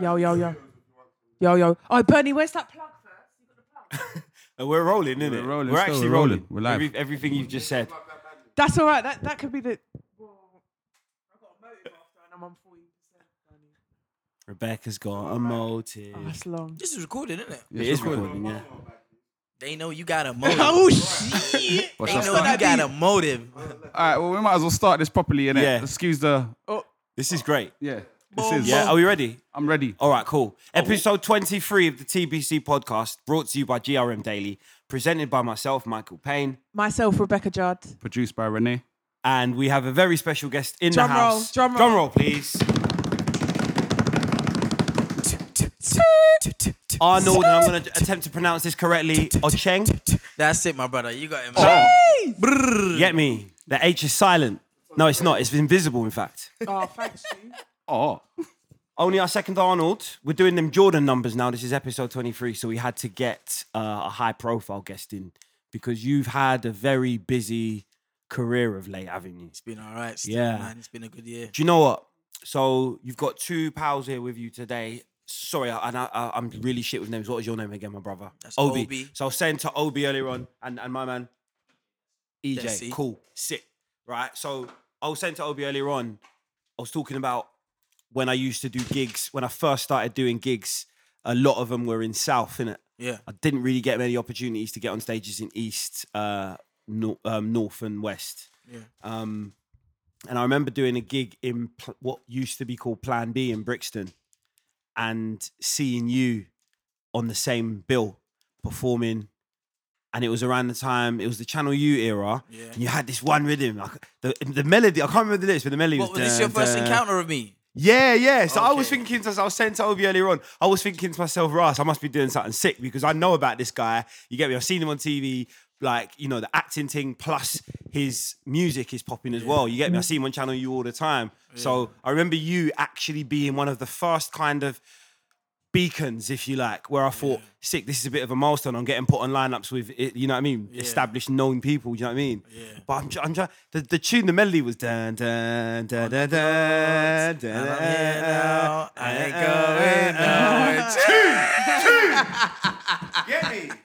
Yo, yo, yo. Yo, yo. Oh, Bernie, where's that plug first? You got the plug. And we're rolling, innit? We're rolling, We're still, actually we're rolling. rolling. We're live. Every- everything you've just said. That's all right. That, that could be the. Well, I've got a motive after and I'm on 40%. Bernie. Rebecca's got a motive. Oh, that's long. This is recorded, isn't it? it is recording, yeah. They know you got a motive. Oh, shit. What's they that know start? you got a motive. All right, well, we might as well start this properly, innit? Yeah. Excuse the. This is great. Yeah. Oh. This Boom, is. Yeah, are we ready? I'm ready. All right, cool. Episode 23 of the TBC podcast, brought to you by GRM Daily, presented by myself, Michael Payne. Myself, Rebecca Judd. Produced by Renee. And we have a very special guest in Drum the roll, house. drum roll. drum roll, please. Uh, Arnold, and I'm going to attempt to pronounce this correctly. Ocheng? That's it, my brother. You got him. Get me. The H is silent. No, it's not. It's invisible, in fact. Oh, thanks, you. Oh. Only our second Arnold. We're doing them Jordan numbers now. This is episode 23, so we had to get uh, a high profile guest in because you've had a very busy career of late, haven't you? It's been all right. Still, Yeah. Man. It's been a good year. Do you know what? So you've got two pals here with you today. Sorry, I- and I, I, I'm really shit with names. What is your name again, my brother? That's Obi. So I was saying to Obi earlier on, and, and my man, EJ. Yeah, see? cool, sick, right? So I was saying to Obi earlier on, I was talking about when I used to do gigs, when I first started doing gigs, a lot of them were in South, innit? Yeah. I didn't really get many opportunities to get on stages in East, uh, nor- um, North, and West. Yeah. Um, and I remember doing a gig in pl- what used to be called Plan B in Brixton, and seeing you on the same bill performing. And it was around the time it was the Channel U era, Yeah. and you had this one rhythm, like the, the melody. I can't remember the lyrics, but the melody What was was. this your dun, first dun. encounter of me? Yeah, yeah. So I was Okay. thinking, as I was saying to Obi earlier on, I was thinking to myself, Russ, I must be doing something sick because I know about this guy. You get me? I've seen him on TV. Like, you know, the acting thing plus his music is popping as well. You get me? I see him on Channel U all the time. So I remember you actually being one of the first kind of beacons, if you like, where I thought, sick, this is a bit of a milestone. I'm getting put on lineups with, it, you know what I mean? Established, known people, you know what I mean? Yeah. But I'm, tr- I'm trying, the, the tune, the melody was dun, dun, dun, dun, dun, dun, And I'm Eh, here now. I ain't dun, dun, going eh. nowhere.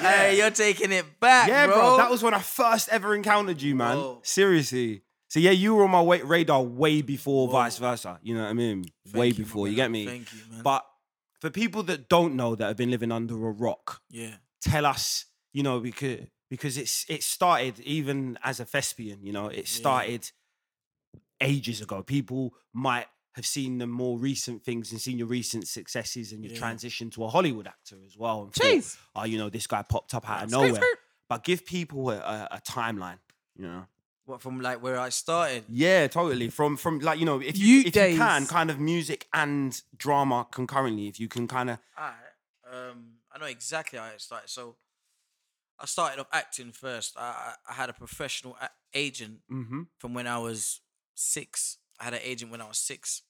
Hey, you're taking it back, Yeah, bro. bro. that was when I first ever encountered you, man. Whoa. Seriously. So yeah, you were on my wa- radar way before vice versa. You know what I mean? way you, my before. You brother. get me? Thank you, man. But for people that don't know that have been living under a rock, yeah. tell us, you know, because because it's it started even as a thespian, you know, it started ages ago. People might have seen the more recent things and seen your recent successes and your Yeah. transition to a Hollywood actor as well. and thought, Jeez. Oh, you know, this guy popped up out of Skirt, nowhere. skirt. But give people a, a, a timeline, you know. What from like where I started? Yeah, totally. From from like you know, if you Youth if you can, days. kind of music and drama concurrently. If you can kind of I um I know exactly how it started. So I started off acting first. I I I had a professional a- agent mm-hmm. from when I was six. I had an agent when I was six,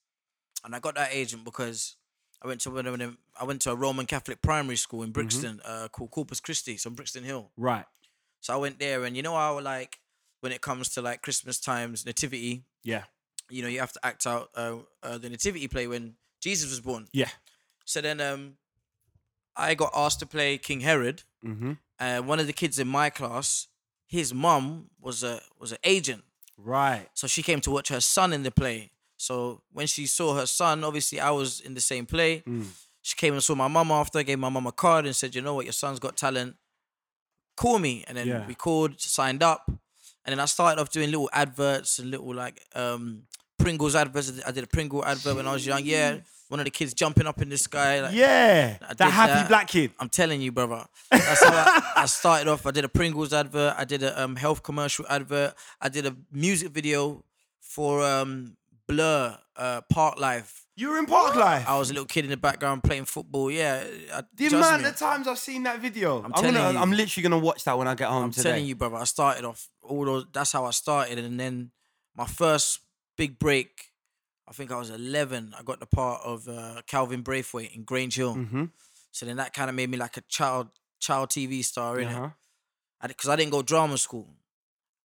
and I got that agent because I went to one of them. I went to a Roman Catholic primary school in Brixton uh, called Corpus Christi, so Brixton Hill. right, So I went there, and you know how like when it comes to like Christmas times nativity, yeah, you know you have to act out uh, uh, the nativity play when Jesus was born. yeah, So then um, I got asked to play King Herod. mm-hmm. Uh, one of the kids in my class, his mum was a was an agent. right, So she came to watch her son in the play. So when she saw her son, obviously I was in the same play. She came and saw my mum after, gave my mum a card and said, you know what, your son's got talent. Call me. And then Yeah. we called, signed up. And then I started off doing little adverts and little like um Pringles adverts. I did- I did a Pringle advert when I was young. Yeah. One of the kids jumping up in the sky. Like, yeah. I That did happy that. black kid. I'm telling you, brother. That's how I, I started off. I did a Pringles advert. I did a um, health commercial advert. I did a music video for um, Blur uh, Park Life. You were in Park Life. I was a little kid in the background playing football. Yeah, I, The trust amount me. of times I've seen that video. I'm, telling gonna, you. I'm literally gonna watch that when I get home I'm today. telling you, brother. I started off all those. That's how I started, and then my first big break. I think I was 11. I got the part of uh, Calvin Braithwaite in Grange Hill. Mhm. So then that kind of made me like a child child TV star, innit? Uh-huh. because I, didn't go drama school,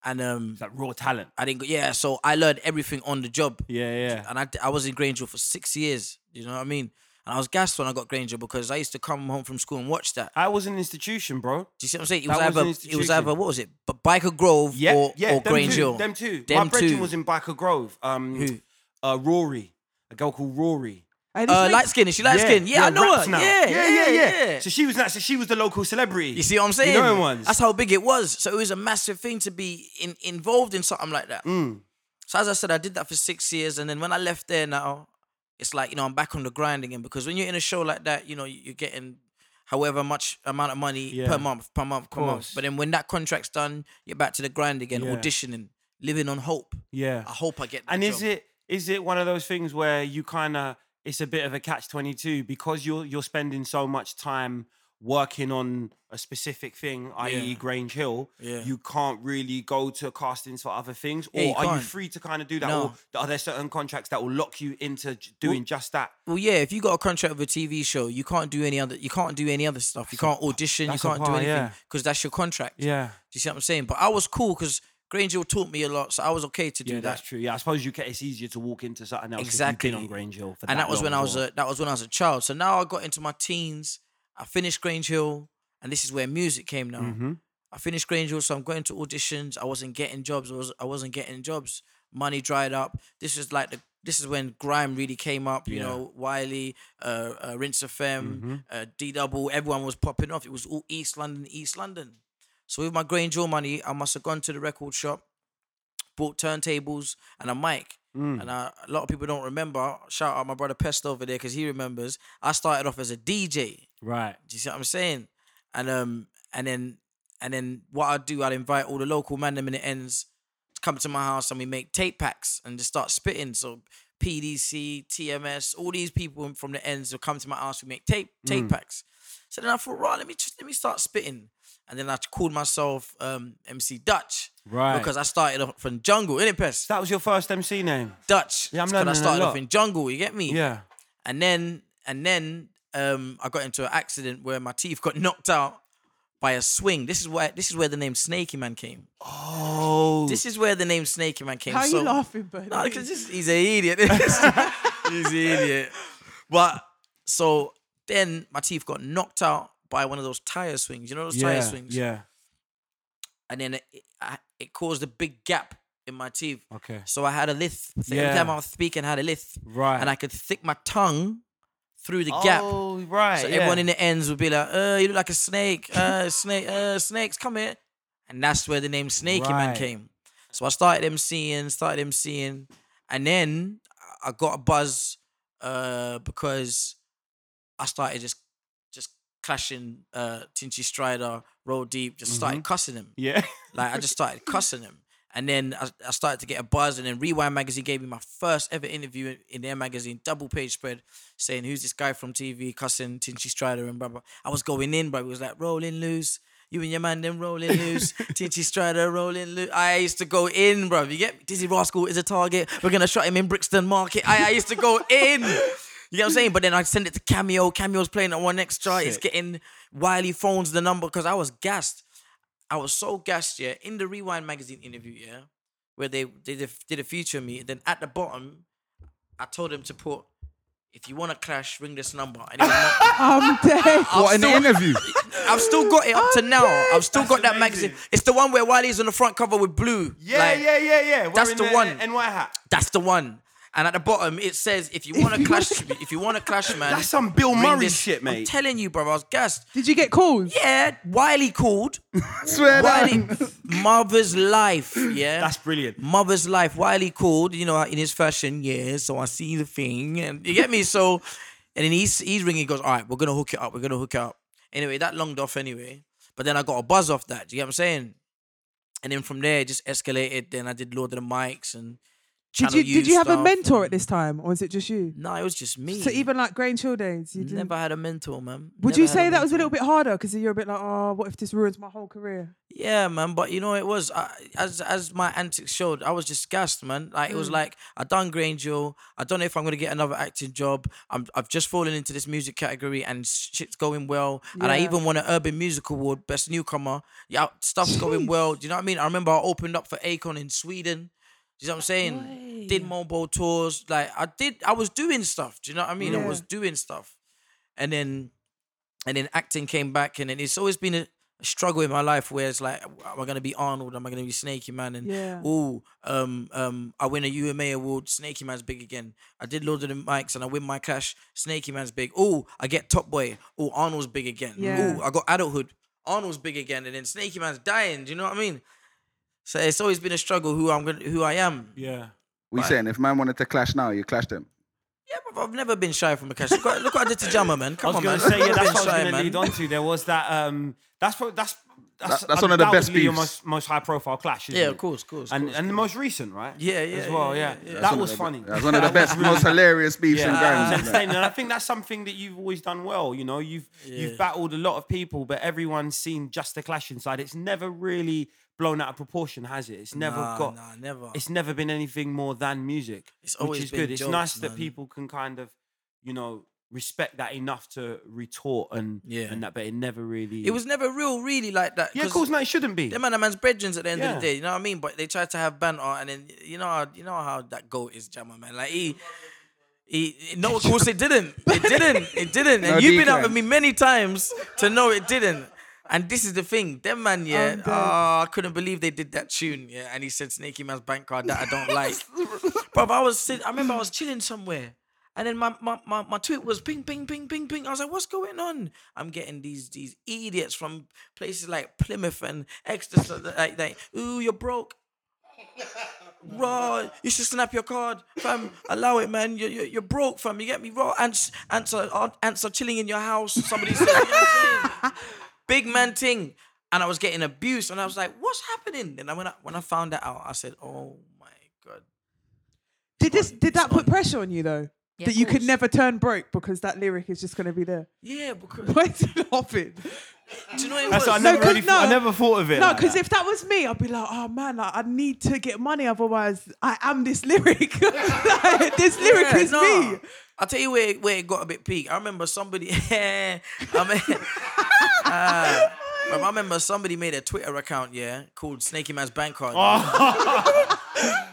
and um, It's like raw talent. I didn't go. Yeah, so I learned everything on the job, Yeah, yeah. and I, I was in Grangeville for six years. You know what I mean? And I was gassed when I got Granger because I used to come home from school and watch that. I was an institution, bro. Do you see what I'm saying? It Ah, That was an was, either it was institution. either what was it? But Biker Grove Yeah, or, yeah. or them Grange two, Hill. Them two. Them My brethren two. was in Biker Grove. Um, Who? Uh, Rory, a girl called Rory. Hey, this Uh, nigga- light skin. Is she light skin? Yeah, I know raps her. now. Yeah, yeah, yeah, yeah, So she was that. So she was the local celebrity. You see what I'm saying? You know him ones. That's how big it was. So it was a massive thing to be in, involved in something like that. Mm. So as I said, I did that for six years, and then when I left there now, it's like you know I'm back on the grind again because when you're in a show like that, you know you're getting however much amount of money Yeah. per month, per month, per month. course. But then when that contract's done, you're back to the grind again, Yeah. auditioning, living on hope. yeah. I hope I get. That And is job. it is it one of those things where you kind of it's a bit of a catch twenty two because you're you're spending so much time working on a specific thing, i.e. Yeah. Grange Hill. Yeah. You can't really go to castings for other things, or Yeah, you are you can't. free to kind of do that? No. Or are there certain contracts that will lock you into j- doing just that? Well, yeah. If you got a contract with a TV show, you can't do any other. You can't do any other stuff. You can't audition. You that's a can't do bar, anything yeah. because that's your contract. Yeah, Do you see what I'm saying? But I was cool because Granger taught me a lot, so I was okay to do yeah, that. that's true. Yeah, I suppose you ca- it's easier to walk into something else Exactly. if you've been on Grange Hill. For and that, was long when as I was well. a that was when I was a child. So now I got into my teens. I finished Grange Hill, and this is where music came now. Mm-hmm. I finished Grange Hill, so I'm going to auditions. I wasn't getting jobs. I was I wasn't getting jobs. Money dried up. This is like the this is when grime really came up. You Yeah. Mm-hmm. know, Wiley, uh, uh, Rinse FM, uh, D Double. Everyone was popping off. It was all East London, East London. So with my Grange Hill money, I must have gone to the record shop, bought turntables and a mic. Mm. And I, a lot of people don't remember. Shout out my brother Pest over there because he remembers. I started off as a DJ. right. Do you see what I'm saying? And um and then and then what I do, I'd invite all the local man them in the ends to come to my house and we make tape packs and just start spitting. So PDC, TMS, all these people from the ends will come to my house. We make tape tape Mm. packs. So then I thought, right, let me just let me start spitting. And then I called myself um, MC Dutch. Right. Because I started off from jungle, innit, Pest? That was your first MC name. Dutch. Yeah, I'm It's 'cause learning a I started off lot. in jungle, you get me? Yeah. And then and then um, I got into an accident where my teeth got knocked out by a swing. This is where this is where the name Snaky Man came. Oh. This is where the name Snaky Man came. How So- you laughing, bro? No, because this- he's an idiot. he's an idiot. But so then my teeth got knocked out by one of those tire swings. You know those tire swings. Yeah. And then it, I, it caused a big gap in my teeth. Okay. So I had a lisp. So Every Yeah. time I was speaking, I had a lisp. Right. And I could stick my tongue through the gap. Oh, right. So yeah. everyone in the ends would be like, uh, you look like a snake, uh, snake, uh, snakes, come here. And that's where the name Snaky Man Right. came. So I started MCing, started MCing, and then I got a buzz uh, because I started just just clashing uh, Tinchy Strider, Roll Deep, just started Mm-hmm. cussing him. yeah. Like I just started cussing him. And then I, I started to get a buzz, and then Rewind magazine gave me my first ever interview in- in their magazine, double page spread, saying who's this guy from TV cussing Tinchy Strider and blah blah. I was going in, but it was like rolling loose. You and your man them rolling loose. Tinchy Strider rolling loose. I used to go in, bro. You get me? Dizzy Rascal is a target. We're gonna shut him in Brixton Market. I, I used to go in. You know what I'm saying? But then I send it to Cameo. Cameo's playing at one extra. It's getting Wiley phones the number because I was gassed. I was so gassed, yeah, in the Rewind magazine interview, yeah, where they, they did a- did a feature on me. Then at the bottom, I told them to put, if you want to clash, ring this number. And it was not- I'm dead. I've What in the still- interview? I've still got it up to now. I've still got that magazine. amazing. It's the one where Wiley's on the front cover with blue. Yeah, Like, yeah, yeah, yeah. We're that's in the one. NY hat. That's the one. And at the bottom, it says, if you want to you clash, if you want to clash, man. That's some Bill ring Murray this- shit, I'm mate. telling you, bro, I was gassed. Did you get calls? Yeah, Wiley called. Swear Wiley, down. mother's life. Yeah, That's brilliant. Mother's life. Wiley called, you know, in his fashion. Yeah, so I see the thing, and you get me. So, and then he's he's ringing. He goes, all right, we're gonna hook it up. We're gonna hook it up. Anyway, that longed off anyway. But then I got a buzz off that. Do you get what I'm saying? And then from there, it just escalated. Then I did Lord of the Mics, and Did Channel you did U you have a stuff mentor at and- this time, or was it just you? No, it was just me. So even like Grange Hill days, you didn't. never had a mentor, man. Would Never you had say that was a mentor. little bit harder because you're a bit like, oh, what if this ruins my whole career? Yeah, man. But you know, it was I, as as my antics showed. I was just gassed, man. Like it Mm. was like I done Grangel. I don't know if I'm gonna get another acting job. I'm I've just fallen into this music category and shit's going well. And I Yeah. even won an Urban Music Award, best newcomer. Yeah, stuff's going well. Do you know what I mean? I remember I opened up for Akon in Sweden. Do you know what I'm saying? Did mobile tours. Like I did, I was doing stuff. Do you know what I mean? I Yeah. was doing stuff, and then, and then acting came back, and then it's always been a struggle in my life where it's like, am I gonna be Arnold? Am I gonna be Snaky Man? And Yeah. oh, um, um, I win a UMA award. Snaky Man's big again. I did loads of the mics and I win my clash. Snaky Man's big. Oh, I get Top Boy. Oh, Arnold's big again. Yeah. Oh, I got Adulthood. Arnold's big again, and then Snaky Man's dying. Do you know what I mean? So it's always been a struggle who I'm gonna, who I am. Yeah. We saying if man wanted to clash now, you clash them. Yeah, but I've never been shy from a cash. Look, what- look what I did to Jama, man. I Come was on, going man. to say, yeah, I've that's what I been was shy, going to man. lead on to. There was that. Um, that's probably that's that's, That- that's one of the best undoubtedly your beefs. most, most high profile clashes. Yeah, of course, of course. of And course. and the most recent, right? Yeah, As yeah, well, yeah, yeah. yeah, yeah. That That's one was of the- funny. That's one of the best, most hilarious beefs Yeah, and that was games. man. entertaining. And I think that's something that you've always done well. You know, you've Yeah. you've battled a lot of people, but everyone's seen just the clash inside. It's never really blown out of proportion, has it? It's never nah, got. Nah, never. It's never been anything more than music, It's which always is been good. it's jokes, nice that man. people can kind of, you know, respect that enough to retort and Yeah. and that, but it never really. it was never real, really like that. yeah, of 'cause course, no, it shouldn't be. Them and a man's brethren at the end of Yeah. the day, you know what I mean? But they try to have banter, and then you know, how- you know how that goat is, Jama, man. Like he. He, no, of course it didn't. It didn't. It didn't. And No you've been out decline. with me many times to know it didn't. And this is the thing, them man, yeah. I'm dead. ah, I couldn't believe they did that tune, yeah. And he said Snaky Man's bank card that I don't like. But I was sit- I remember I was chilling somewhere. And then my, my, my, my tweet was ping, ping, ping, ping, ping. I was like, what's going on? I'm getting these these idiots from places like Plymouth and Exeter. Like, like ooh, you're broke. Raw, you should snap your card, fam. Allow it, man. You're, you're, you're broke, fam. You get me? Raw, ants, ants, are, are- ants are chilling in your house. Somebody said, you know what I'm saying? big man thing. And I was getting abused, and I was like, what's happening? Then I, when, I, when I found that out, I said, oh my God. Did this? Did that It's put on. pressure on you though? Yeah, that of you could course. never turn broke because that lyric is just going to be there. Yeah, because Why is he laughing? do you know what it That's was? what I No, never 'cause really. thought- I no. never thought of it. No, like because that. if that was me, I'd be like, oh man, like, I need to get money, otherwise I am this lyric. Like, this lyric Yeah, is nah. me. I'll tell you where, where it got a bit peak. I remember somebody. I mean, Ah. But I remember somebody made a Twitter account, yeah, called Snaky Man's Bank Card. Oh.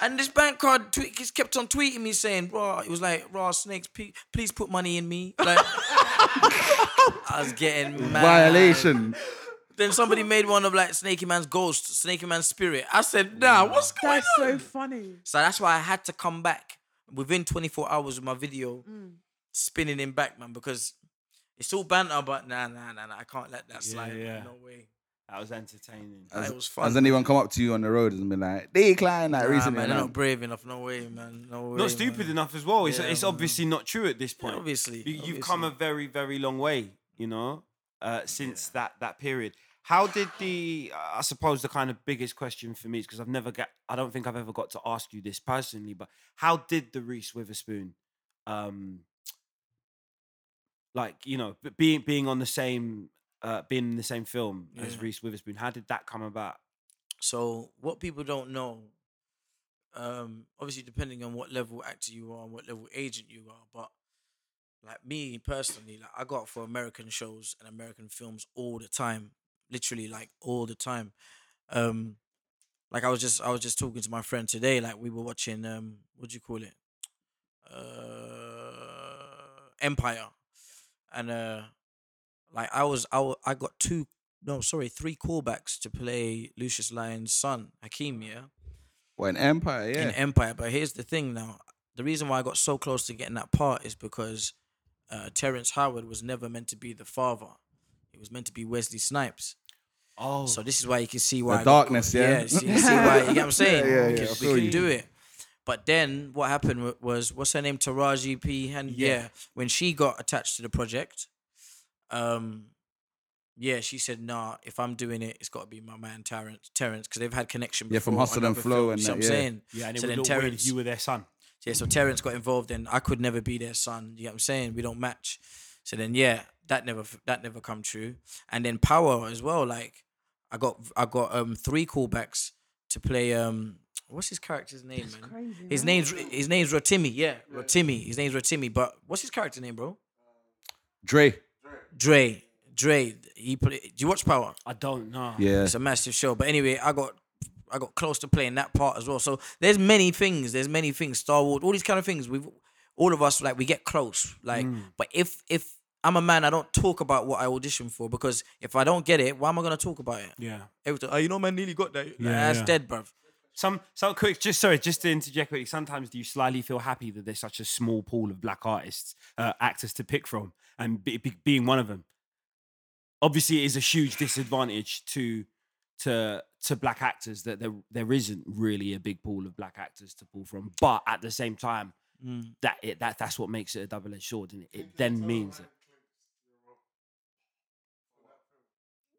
and this bank card tweet just kept on tweeting me saying, "Raw," it was like, "Raw snakes, pe- please put money in me." Like, I was getting mad. Violation. Then somebody made one of like Snaky Man's ghost, Snaky Man's spirit. I said, "Nah, what's going That's so on?" funny. So that's why I had to come back within 24 hours with my video spinning him back, man, because it's all banter, but nah, nah, nah, nah I can't let that slide. man, yeah. No way. that was entertaining. That was fun. Has anyone come up to you on the road and been like, decline that nah, recently? man, they're man?" not brave enough. No way, man. No way. not stupid man. enough as well. It's, Yeah, it's man. obviously not true at this point. obviously, you, you've come a obviously. very, very long way. You know, uh, since that that period. How did the? I suppose the kind of biggest question for me is because I've never got. I don't think I've ever got to ask you this personally, but how did the Reese Witherspoon, um, like you know, b- being being on the same, uh, being in the same film as Yeah. Reese Witherspoon, how did that come about? So what people don't know, um, obviously depending on what level actor you are and what level agent you are, but like me personally, like I go out for American shows and American films all the time. Literally like all the time. Um like I was just I was just talking to my friend today, like we were watching um what do you call it? Uh Empire. And uh like I was I, wa- I got two no, sorry, three callbacks to play Lucius Lyon's son, Hakim, yeah, Well, an empire, yeah. in Empire. But here's the thing now the reason why I got so close to getting that part is because uh, Terrence Howard was never meant to be the father, he was meant to be Wesley Snipes. Oh, So this is why you can see why I got darkness, caught. yeah. you see, you see why you get what I'm saying. yeah, we yeah, can, I we feel can you. do it. But then what happened wa- was what's her name, Taraji P. Hen- yeah. Yeah. when she got attached to the project, um, yeah, she said, "Nah, if I'm doing it, it's got to be my man Terrence, Terrence, because they've had connection Yeah, from before on Hustle and other Flow films, and that, you know yeah. what I'm saying, yeah, and it so would then look weird if Terrence, you were their son. yeah, so Terrence got involved, and I could never be their son. You get what I'm saying? We don't match. So then, yeah, that never that never come true. And then Power as well. Like I got I got um three callbacks to play um what's his character's name, man? crazy, his man. name's his name's Rotimi. Yeah, Rotimi. His name's Rotimi. But what's his character name, bro? Dre. Dre. Dre. He play, Do you watch Power? I don't know. Yeah. It's a massive show. But anyway, I got I got close to playing that part as well. So there's many things. There's many things. Star Wars, all these kind of things. We've all of us like we get close. Like, but if if I'm a man, I don't talk about what I audition for because if I don't get it, why am I gonna talk about it? Yeah. Every time, oh, you know, man, nearly got that. Like, Yeah, that's yeah. dead, bruv. Some, some quick, just sorry, just to interject quickly. Sometimes do you slightly feel happy that there's such a small pool of black artists, uh, actors to pick from, and be, be, being one of them? Obviously, it is a huge disadvantage to to to black actors that there there isn't really a big pool of black actors to pull from. But at the same time, Mm. that it that that's what makes it a double edged sword, and it, it then means that.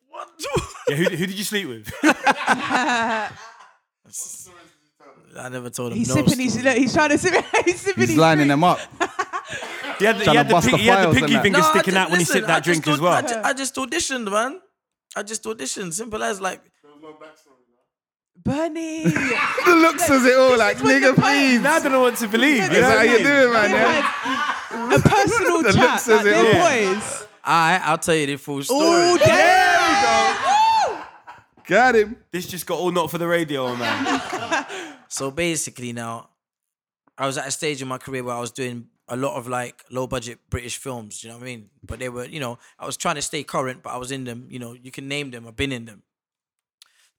What? Yeah, who, who did you sleep with? I never told him. He's no sipping. He's, story. look, he's trying to sip. He's sipping. He's his lining drink. them up. He had the, he Tryna had the, bust pin- the he had the files and pinky that. finger I sticking ju- out when he sipped listen, I that just drink as aud- well. I ju- I just auditioned, man. I just auditioned. Simple as like. Bernie. This the looks as it all like, is when the nigga, point- please. Now I don't know what to believe. You Is know that what I how you They're mean? doing, man? Yeah? like a personal The chat. looks Like says it they're all. boys. I I'll tell you the full story. All day. Got him. This just got all not for the radio, man. So basically, now I was at a stage in my career where I was doing a lot of like low budget British films. You know what I mean? But they were, you know, I was trying to stay current, but I was in them. You know, you can name them. I've been in them.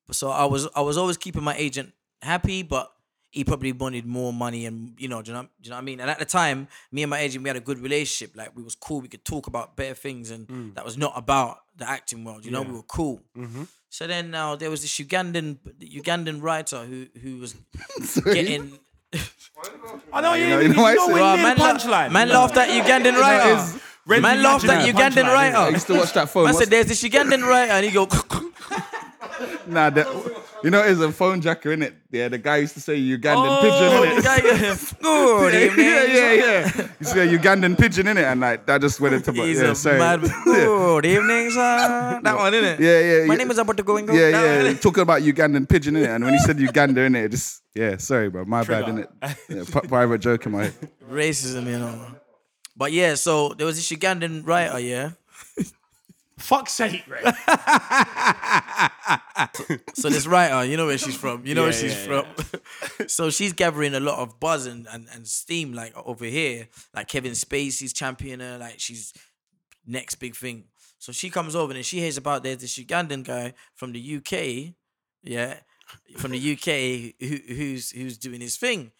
But so I was, I was always keeping my agent happy, but he probably wanted more money, and you know, do you know, do you know what I mean? And at the time, me and my agent, we had a good relationship. Like we was cool. We could talk about better things, and that was not about the acting world. You know, we were cool. So then now there was this Ugandan Ugandan writer who who was getting I know you ain't know, you even know what I know said? when Well, you man, did la- punchline. man laughed at Ugandan writer. Red man Dead laughed at Redemption, Ugandan punchline, isn't it? I writer. used to watch that phone. I What's- said, "There's this Ugandan writer," and he go, Nah, that, you know, it's a phone jacker, innit? Yeah, the guy used to say Ugandan "Oh, pigeon, the innit? guy go, good yeah, evening." yeah, yeah, yeah. You see a Ugandan pigeon in it, and like that just went into. He's yeah, a sorry. mad. yeah. Good evening, sir. That one, innit? yeah, yeah. My yeah. name is about to go and go. Yeah, That yeah. one, yeah. innit? Talking about Ugandan pigeon in it, and when he said Uganda in it, just yeah. Sorry, bro. My Trigger. bad, in it. Yeah, private joke in my head. Racism, you know. But yeah, so there was this Ugandan writer, yeah. Fuck's sake, Red. So this writer, you know where she's from. You know where Yeah, she's yeah, from. so she's gathering a lot of buzz and, and, and steam like over here. Like Kevin Spacey's championing her, like she's next big thing. So she comes over and she hears about there's this Ugandan guy from the UK, yeah, from the UK who, who's who's doing his thing.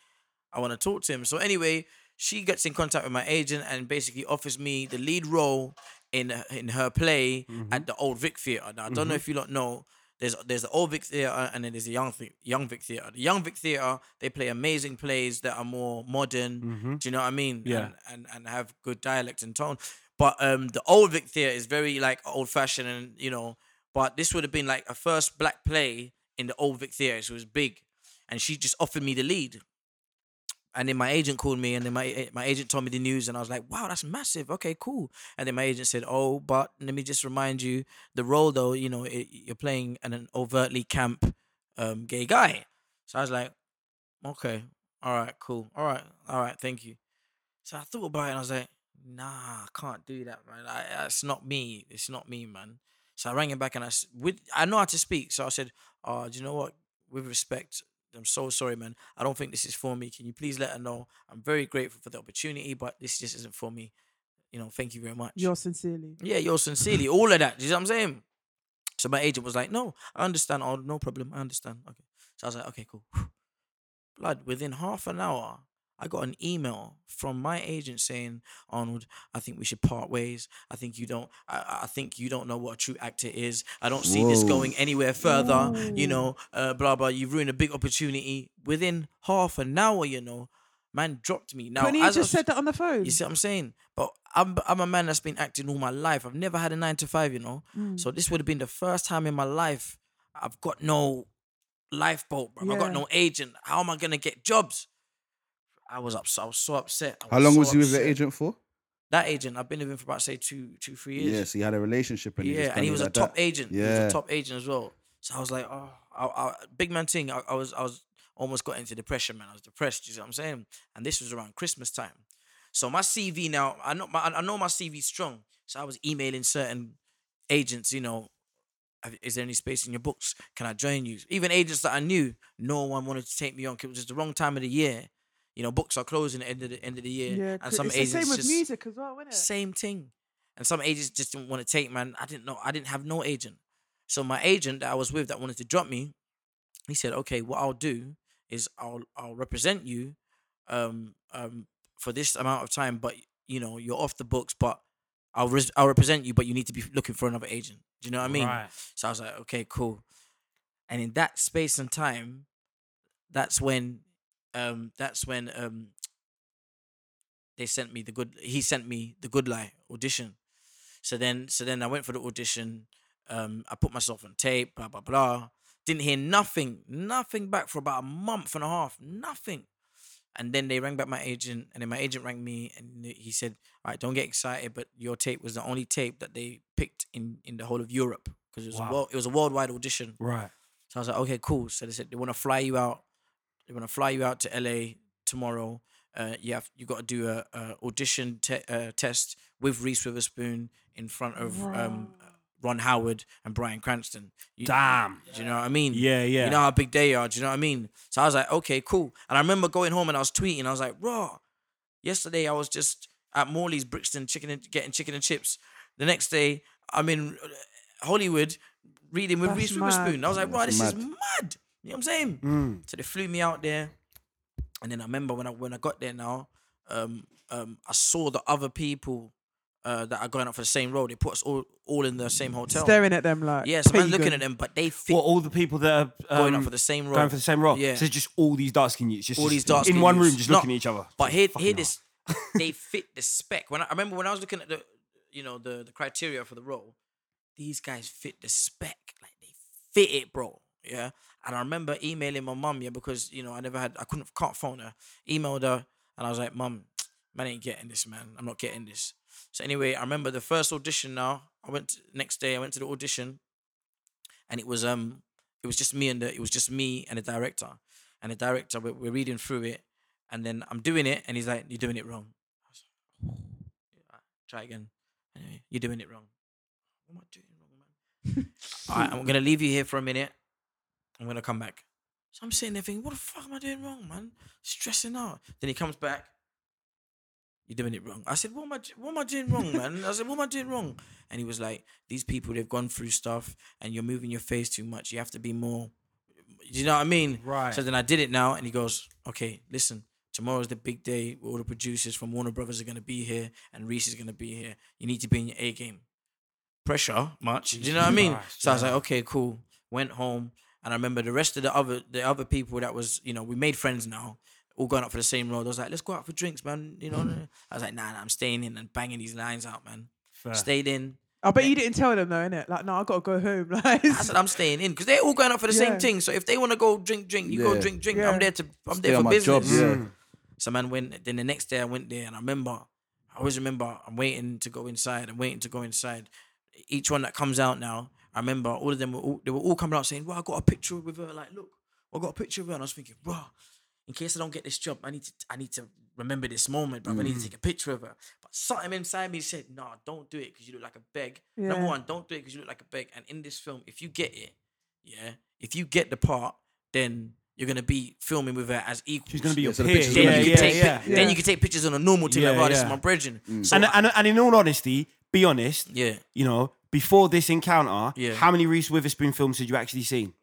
I want to talk to him. So anyway, she gets in contact with my agent and basically offers me the lead role in in her play at the Old Vic Theatre. Now I don't know if you lot know. There's there's the Old Vic Theatre and then there's the Young Vic, Young Vic Theatre. The Young Vic Theatre they play amazing plays that are more modern. Do you know what I mean? Yeah. And, and and have good dialect and tone. But um, the Old Vic Theatre is very like old fashioned and you know. But this would have been like a first black play in the Old Vic Theatre, so it was big. And she just offered me the lead and then my agent called me, and then my my agent told me the news, and I was like, "Wow, that's massive. Okay, cool." And then my agent said, "Oh, but let me just remind you, the role though, you know, it, you're playing an, an overtly camp um, gay guy." So I was like, "Okay, all right, cool, all right, all right, thank you." So I thought about it, and I was like, "Nah, I can't do that, man. I, that's not me. It's not me, man." So I rang him back, and I s- with I know how to speak, so I said, "Oh, do you know what? With respect, I'm so sorry, man. I don't think this is for me. Can you please let her know? I'm very grateful for the opportunity, but this just isn't for me. You know, thank you very much. Yours sincerely. yeah, yours sincerely. All of that. You know what I'm saying? So my agent was like, no, I understand. Oh, no problem. I understand. Okay. So I was like, okay, cool. Blood, within half an hour, I got an email from my agent saying, Arnold, I think we should part ways. I think you don't I, I think you don't know what a true actor is. I don't see this Whoa. going anywhere further. You know, uh, blah blah, you've ruined a big opportunity. Within half an hour, you know, man dropped me. Now Couldn't he as just I was- said that on the phone? you see what I'm saying? But I'm I'm a man that's been acting all my life. I've never had a nine to five, you know. So this would have been the first time in my life I've got no lifeboat, bro. I've got Yeah. no agent. How am I gonna get jobs? I was upset. I was so upset. I How long so was you with the upset. agent for? That agent, I've been with him for about say two, two, three years. Yeah, so you had a relationship, and you Yeah, just and he done was it a like top that. agent. He Yeah. was a top agent as well. So I was like, oh, I, I, big man thing. I, I was, I was almost got into depression, man. I was depressed. You see what I'm saying? And this was around Christmas time. So my CV now, I know my, I know my CV's strong. So I was emailing certain agents, you know, have- Is there any space in your books? Can I join you? Even agents that I knew, no one wanted to take me on 'cause it was just the wrong time of the year. You know, books are closing at the end of the end of the year, Yeah, and 'cause some it's the agents same with just music as well, isn't it? same thing. And some agents just didn't want to take, man. I didn't know. I didn't have no agent. So my agent that I was with that wanted to drop me, he said, "Okay, what I'll do is I'll I'll represent you, um um for this amount of time, but you know you're off the books, but I'll res- I'll represent you, but you need to be looking for another agent. Do you know what I mean? Right. So I was like, okay, cool. And in that space and time, that's when, um, that's when um, they sent me the good. He sent me the good lie audition. So then, so then I went for the audition. Um, I put myself on tape. Blah blah blah. Didn't hear nothing, nothing back for about a month and a half, nothing. And then they rang back my agent, and then my agent rang me, and he said, "All right, don't get excited, but your tape was the only tape that they picked in in the whole of Europe because it was Wow. a world, it was a worldwide audition." Right. So I was like, okay, cool. So they said they want to fly you out. They want to fly you out to LA tomorrow. Uh, you have you got to do a, a audition te- uh, test with Reese Witherspoon in front of um, Ron Howard and Brian Cranston. You- Damn. do you know what I mean? Yeah, yeah. You know how big they are. Do you know what I mean? So I was like, okay, cool. And I remember going home and I was tweeting. I was like, raw. Yesterday I was just at Morley's Brixton chicken and, getting chicken and chips. The next day I'm in uh, Hollywood reading with That's Reese Witherspoon. mad. I was like, raw, That's this is mad. mad. You know what I'm saying? Mm. So they flew me out there, and then I remember when I when I got there now, um, um, I saw the other people uh, that are going up for the same role. They put us all all in the same hotel. Staring at them like. Yes, man, looking pagan. at them, but they fit Well, all the people that are um, going up for the same role. going for the same role. Yeah. So it's just all these dark skinned youths, just All these just in dark-skinned one room, youths. just No, looking at each other. But here, here Fucking this, they fit the spec. When I, I remember when I was looking at the, you know, the the criteria for the role, these guys fit the spec. Like they fit it, bro. Yeah. And I remember emailing my mum, yeah, because you know I never had, I couldn't, can't phone her. Emailed her, and I was like, mum, man ain't getting this, man. I'm not getting this. So anyway, I remember the first audition. Now I went to, next day. I went to the audition, and it was um, it was just me and the, it was just me and the director, and the director. We're, we're reading through it, and then I'm doing it, and he's like, "You're doing it wrong." I was like, Try again. Anyway, you're doing it wrong. What am I doing wrong, man? All right, I'm gonna leave you here for a minute. I'm gonna come back. So I'm sitting there thinking, "What the fuck am I doing wrong, man? Stressing out." Then he comes back. You're doing it wrong. I said, "What am I? do- What am I doing wrong, man?" I said, "What am I doing wrong?" And he was like, "These people, they've gone through stuff, and you're moving your face too much. You have to be more." You know what I mean? Right. So then I did it now, and he goes, "Okay, listen, tomorrow's the big day. where All the producers from Warner Brothers are going to be here, and Reese is going to be here. You need to be in your A game. Pressure, much. Do you know what I mean? Christ, So I was yeah. like, okay, cool. Went home, and I remember the rest of the other the other people that was, you know, we made friends now. All going up for the same road. I was like, let's go out for drinks, man. You know, Mm. I was like, nah, nah I'm staying in and banging these lines out, man. Fair. Stayed in. I bet you didn't tell them though, innit? Like, no, I gotta go home. Like, I said, I'm staying in because they're all going up for the same Yeah. thing. So if they want to go drink, drink, you go Yeah. drink, drink. Yeah. I'm there to, I'm Stay there for on my business. job, yeah. So man went. Then the next day I went there, and I remember, I always remember. I'm waiting to go inside. I'm waiting to go inside. Each one that comes out now, I remember all of them were all, they were all coming out saying, "Well, I got a picture with her." Like, look, I got a picture of her, and I was thinking, "Wow, in case I don't get this job, I need to, I need to remember this moment, bro. I need to take a picture of her." But something inside me said, "Nah, don't do it because you look like a beg." Yeah. Number one, don't do it because you look like a beg. And in this film, if you get it, yeah, if you get the part, then you're gonna be filming with her as equals. She's going to be Yeah, your so the peer. picture's Then gonna Yeah, you be can yeah, take yeah. pic- then you can take pictures on a normal team. Yeah, like, oh, this yeah. is my brethren. So And, uh, I- and, and in all honesty, be honest, yeah, you know, before this encounter, Yeah. how many Reese Witherspoon films had you actually seen?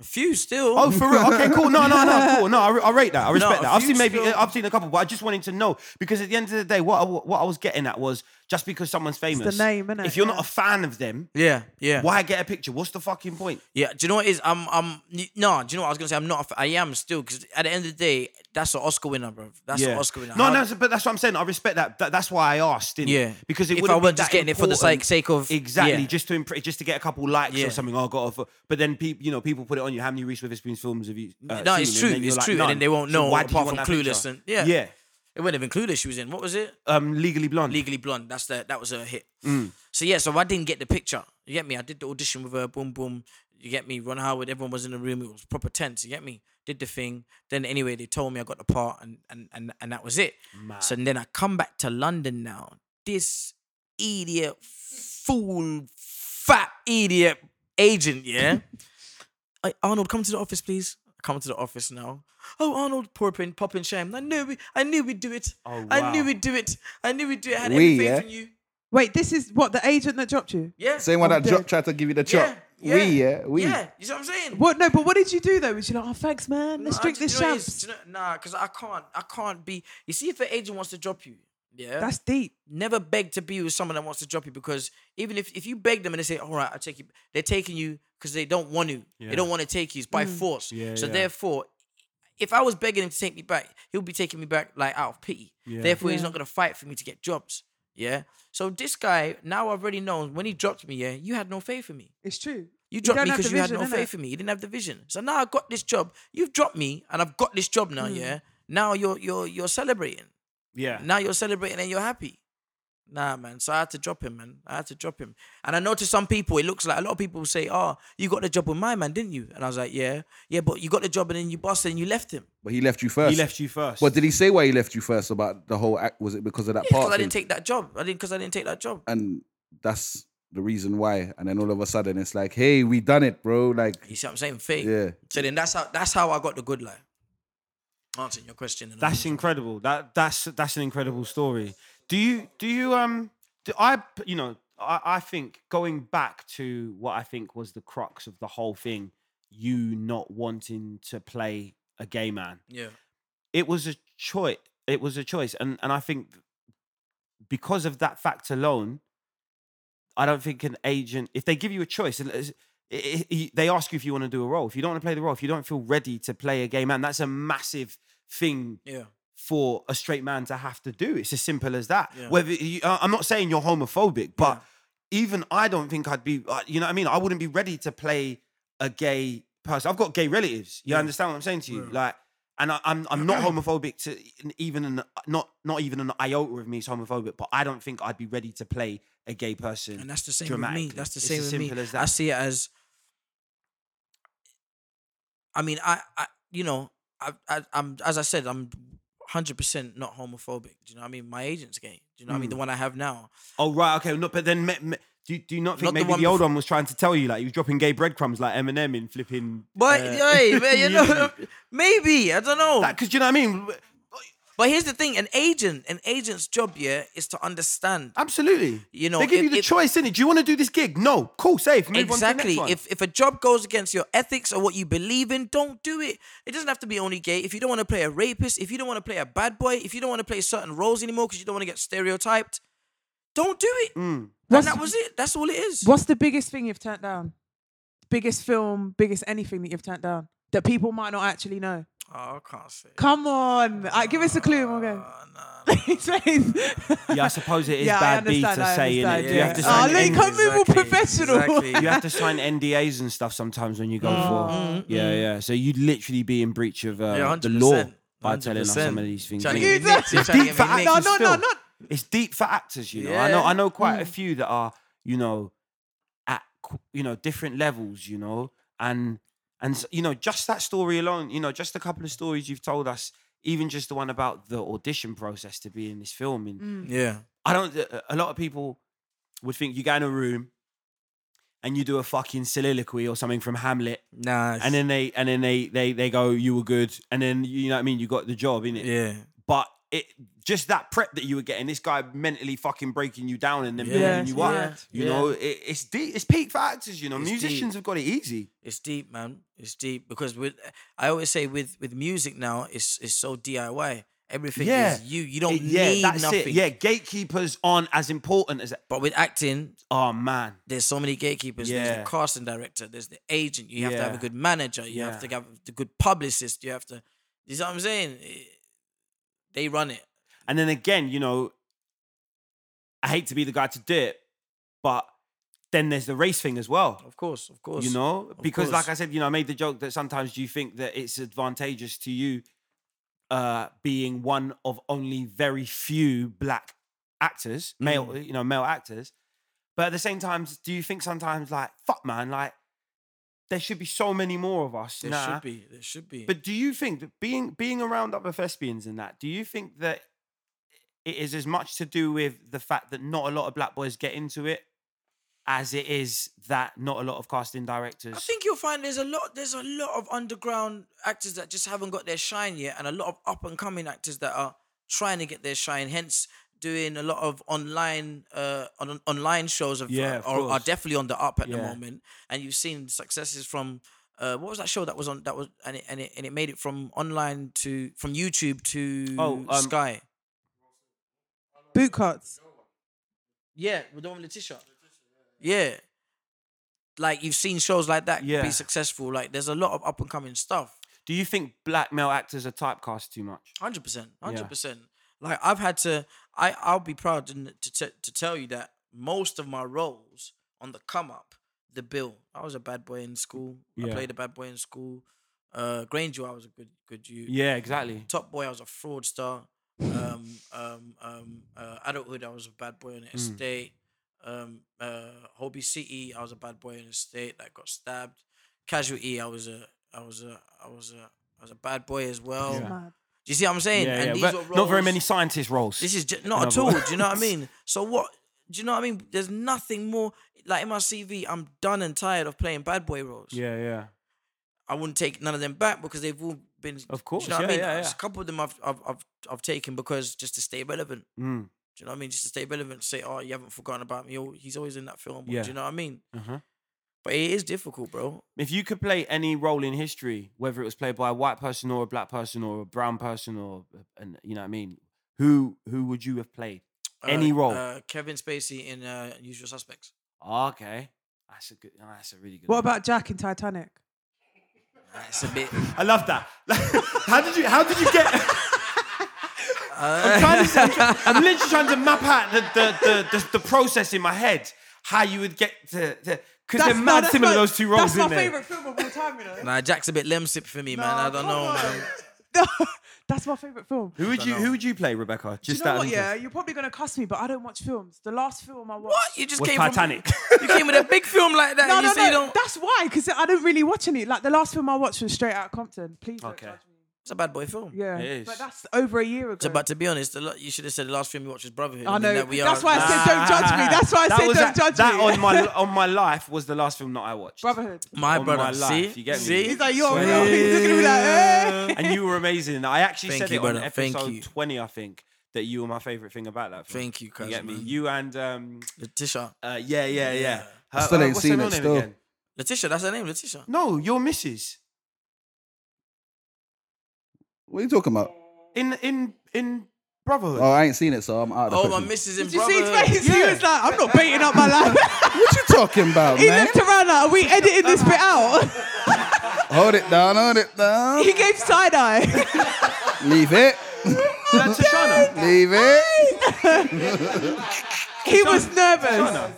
a few still. Oh, for real? Okay, cool. No, no, no, cool. No, I, I rate that. I respect a that. I've few seen maybe still- I've seen a couple, but I just wanted to know because at the end of the day, what I, what I was getting at was just because someone's famous, name, innit? If you're not Yeah. a fan of them, yeah, yeah, why get a picture? What's the fucking point? yeah. Do you know what it is? I'm, I'm. n- No, do you know what I was gonna say? I'm not. a f- I am still because at the end of the day, that's an Oscar winner, bro. That's an Oscar winner. No, How- no, but that's what I'm saying. I respect that. that that's why I asked. Didn't Yeah. because it If wouldn't I weren't be just that getting it for the sake important. sake of exactly yeah. just to impress, just to get a couple likes Yeah. or something. Oh, I got off. But then people, you know, people put it on you. How many Reese Witherspoon films have you? Uh, No, it's seen? true, And then you're it's like, true, and then "None." they won't know, why do you apart want from that picture? Clueless and- yeah. yeah. it wouldn't have included. She was in. What was it? Um, Legally Blonde. Mm. Legally Blonde. That's the that was her hit. So yeah, so I didn't get the picture. You get me? I did the audition with her. Boom, boom. You get me? Ron Howard. Everyone was in the room. It was proper tense. You get me? Did the thing. Then anyway, they told me I got the part, and and and, and that was it. So then I come back to London now. This idiot, fool, fat idiot agent, yeah? I, Arnold, come to the office, please. Come to the office now. Oh, Arnold, pop in, pop in, shame. I knew we, I knew we'd do it. Oh, I knew wow. we'd do it. I knew we'd do it. I had We, every faith yeah? in you. Wait, this is what the agent that dropped you. Yeah. Same one that dead. drop tried to give you the chop. Yeah, We, yeah, we. Yeah. You see what I'm saying? What? No, but what did you do though? Was you like, oh, thanks, man. Let's I drink ju- this you know what it is? champs. Do you know- Nah, because I can't. I can't be. You see, if an agent wants to drop you, yeah, That's deep. never beg to be with someone that wants to drop you because even if, if you beg them and they say, all right, I'll take you, they're taking you because they don't want to. Yeah. They don't want to take you. It's Mm. by force. Yeah, so yeah. therefore, if I was begging him to take me back, he'll be taking me back like out of pity. Yeah. Therefore, he's Yeah. not going to fight for me to get jobs. Yeah. So this guy, now I've already known when he dropped me, yeah, you had no faith in me. It's true. You dropped don't me have because the you had no vision, faith innit? in me. You didn't have the vision. So now I got this job. You've dropped me, and I've got this job now. Mm. Yeah. Now you're you're you're celebrating. Yeah. Now you're celebrating and you're happy. Nah, man. So I had to drop him, man. I had to drop him. And I know to some people, it looks like a lot of people say, "Oh, you got the job with my man, didn't you?" And I was like, "Yeah, yeah." But you got the job, and then you bossed, and you left him. But he left you first. He left you first. But did he say why he left you first about the whole act? Was it because of that Because part? I thing? didn't take that job. I didn't because I didn't take that job. and that's the reason why. And then all of a sudden, it's like, hey, we done it, bro. Like, You see what I'm saying? Fake. yeah. So then that's how that's how I got the good life. Answering your question. and That's all. incredible. That that's that's an incredible story. Do you do you um do I you know I, I think going back to what I think was the crux of the whole thing, you not wanting to play a gay man. yeah. It was a choice. It was a choice, and and I think because of that fact alone, I don't think an agent if they give you a choice. and it's- i- i- i- They ask you if you want to do a role. If you don't want to play the role, if you don't feel ready to play a gay man, that's a massive thing Yeah. for a straight man to have to do. It's as simple as that. Yeah. Whether you, uh, I'm not saying you're homophobic, but even I don't think I'd be. Uh, you know what I mean? I wouldn't be ready to play a gay person. I've got gay relatives. You understand what I'm saying to you? Like, and I, I'm I'm not homophobic to even an, not not even an iota of me is homophobic, but I don't think I'd be ready to play a gay person. And that's the same with me. dramatically. That's the It's same as with me. simple as I that. see it as. I mean, I, I you know, I, I, I'm as I said, I'm hundred percent not homophobic. Do you know what I mean? My agent's gay. Do you know what I mean? Hmm. The one I have now. oh right, okay. No, but then. Me, me- do, do you not think Not the maybe the, one old before- one was trying to tell you like he was dropping gay breadcrumbs like Eminem in flipping? But uh, hey, man, you know, music? maybe I don't know. Like, cause you know what I mean. but here's the thing: an agent, an agent's job, yeah, is to understand. Absolutely. You know, they give if- you the if- choice, innit? Do you want to do this gig? No. Cool. Safe. Move on to the Exactly. next one. If if a job goes against your ethics or what you believe in, don't do it. It doesn't have to be only gay. If you don't want to play a rapist, if you don't want to play a bad boy, if you don't want to play certain roles anymore because you don't want to get stereotyped, don't do it. Mm. And What's- that was it. That's all it is. What's the biggest thing you've turned down? Biggest film, biggest anything that you've turned down that people might not actually know. Oh, I can't say. Come on, Alright, give us a clue. and We'll go. Oh, nah. He's saying- yeah, I suppose it is Yeah, I bad B to understand, I say, innit? understand, You have to yeah. sign Oh, look, N- come in all professional. you have to sign NDAs and stuff sometimes when you go Mm. for. Yeah, yeah. So you'd literally be in breach of uh, Yeah, the law 100%, by telling us some of 100%. these things. Trying to innit? get me nicked, you're trying to deep for get me nicked. No, actors no, no, still. not. It's deep for actors, you know. I know. Yeah. Mm. I know quite a few that are, you know, at qu- you know different levels, you know, and and s- you know just that story alone, you know, just a couple of stories you've told us, even just the one about the audition process to be in this film, and Yeah. I don't. a- A lot of people would think you go in a room and you do a fucking soliloquy or something from Hamlet, Nah. and then they and then they they they go, you were good, and then you know what I mean, you got the job, innit? yeah. but it just that prep that you were getting, this guy mentally fucking breaking you down and then Yeah. building you up. Yeah. You Yeah. know, it, it's deep. It's peak for actors. You know, It's musicians deep. have got it easy. It's deep, man. It's deep because with I always say with with music now, it's it's so DIY. Everything Yeah. is you. You don't It- yeah, need that's nothing. it. Yeah, gatekeepers aren't as important as that. But with acting, Oh man, there's so many gatekeepers. Yeah. There's the casting director. There's the agent. You have to have a Yeah. good manager. You have to have the good publicist. You have to. You see what I'm saying? It- They run it. and then again, you know, I hate to be the guy to do it, but then there's the race thing as well. Of course, of course. You know, because course. like I said, you know, I made the joke that sometimes you think that it's advantageous to you uh being one of only very few black actors, male, Mm. you know, male actors. But at the same time, do you think sometimes like, fuck man, like there should be so many more of us. there nah. should be. There should be. But do you think that being being around other thespians and that, do you think that it is as much to do with the fact that not a lot of black boys get into it as it is that not a lot of casting directors. I think you'll find there's a lot there's a lot of underground actors that just haven't got their shine yet, and a lot of up and coming actors that are trying to get their shine. Hence, doing a lot of online uh on, online shows of, Yeah, of are, are course. definitely on the up at the Yeah. moment, and you've seen successes from. Uh, what was that show that was on that was and it, and it and it made it from online to from YouTube to Oh, um, Sky. Boot cuts. Yeah, with the one with Letitia. Yeah. Like you've seen shows like that Yeah. be successful. Like there's a lot of up and coming stuff. Do you think black male actors are typecast too much? Hundred percent, Yeah. hundred percent. Like I've had to, I I'll be proud to, n- to t- to tell you that most of my roles on the come up, the bill. I was a bad boy in school. Yeah. I played a bad boy in school. Uh, Granger, I was a good good you. Yeah, exactly. Top boy, I was a fraudster. Um, um, um, uh, adulthood, I was a bad boy Mm. in the estate. Um, uh, Hobie City, I was a bad boy in the estate that got stabbed. Casualty, I was a, I was a, I was a, I was a bad boy as well. Yeah. Mad. Do you see what I'm saying? Yeah, yeah. these but were not very roles- many scientist roles. This is just, not at No, all. but- Do you know what I mean? So what? Do you know what I mean? There's nothing more. Like in my CV, I'm done and tired of playing bad boy roles. yeah, yeah. I wouldn't take none of them back because they've all been. do Of course. you know what yeah, I mean? yeah, yeah. Just A couple of them I've, I've I've I've taken because just to stay relevant. Mm, Do you know what I mean? Just to stay relevant. Say, oh, you haven't forgotten about me. Oh, he's always in that film. Yeah. Do you know what I mean? uh-huh. But it is difficult, bro. If you could play any role in history, whether it was played by a white person or a black person or a brown person or and you know what I mean, who who would you have played? Any Uh, role. Uh, Kevin Spacey in uh, Usual Suspects. Oh, Okay. That's a good oh, that's a really good What one. about Jack in Titanic? That's a bit. I love that. how did you how did you get I'm, trying to, I'm, I'm literally trying to map out the the, the, the the process in my head how you would get to because they're no, mad similar my- those two roles That's my in there. favorite film of all time, you know. Nah, Jack's a bit lemsip for me, man. Nah, I don't come know, on. man. No, that's my favorite film. Who would you who would you play, Rebecca? Do you Just know out what? of interest. Yeah, you're probably gonna cuss me, but I don't watch films. The last film I watched. What? You just Was came Titanic. From, you came with a big film like that. No, and you no, say you no. don't. That's why, because I don't really watch any. Like the last film I watched was Straight Out Compton. Please don't Okay. judge me. It's a bad boy film. Yeah, It is. but that's over a year ago. So, but to be honest, the lo- you should have said the last film you watched was Brotherhood. I and then know. That we that's are, why I said don't judge me. That's why I That said was don't a- judge that me. on my on my life was the last film that I watched. Brotherhood. my on brother. my life, see, you get me? see, He's like, you're Swear real. down. He's looking at me like, eh. and you were amazing. I actually Thank said you, it on brother. Thank you. episode twenty, I think, that you were my favorite thing about that film. Thank you, You cousin. get me? man. You and um, Letitia. uh, yeah, yeah, yeah. Her, uh, still ain't what's her seen real it name still. again? Letitia, that's her name, Letitia. No, your missus What are you talking about? in in in Brotherhood. Oh, I ain't seen it, so I'm out. Of the Oh, my question. missus in Did you see his Brotherhood. face? He Yeah. was like, I'm not baiting up my life. What you talking about, he man? looked around like, are we editing this bit out? Hold it down, hold it down. he gave side eye. Leave it. That's Tashana. Leave it. he was nervous. Tashana.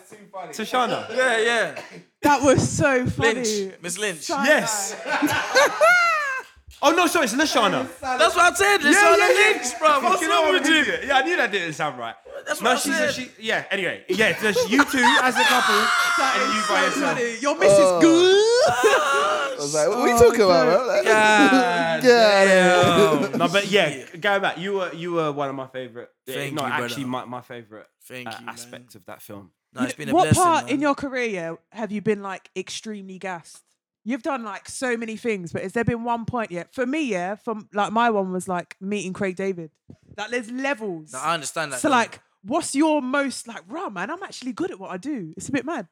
Tashana. Yeah, yeah. That was so funny. Lynch, Miss Lynch. Side Yes. eye. oh no, sorry, it's Lashana. That's what I said. It's yeah, Lynch, bro. Fucking What's hell, wrong with I'm an you? idiot. Yeah, I knew that didn't sound right. That's no, what I she's said. she. Yeah. Anyway, yeah. it's just you two as a couple, That and is you so by yourself. funny. Your missus Oh. good. I was like, what are you talking about, bro? God Yeah. damn. no, but yeah, going back, you were you were one of my favorite. Thank no, you, brother. actually, my, my favorite uh, Thank you, man. aspect of that film. No, it's been a what blessing, part man. in your career yeah, have you been like extremely gassed? You've done like so many things, but has there been one point yet? For me, yeah, from like my one was like meeting Craig David. Like there's levels. No, I understand that. so though. like, what's your most like? Rah, man, I'm actually good at what I do. It's a bit mad.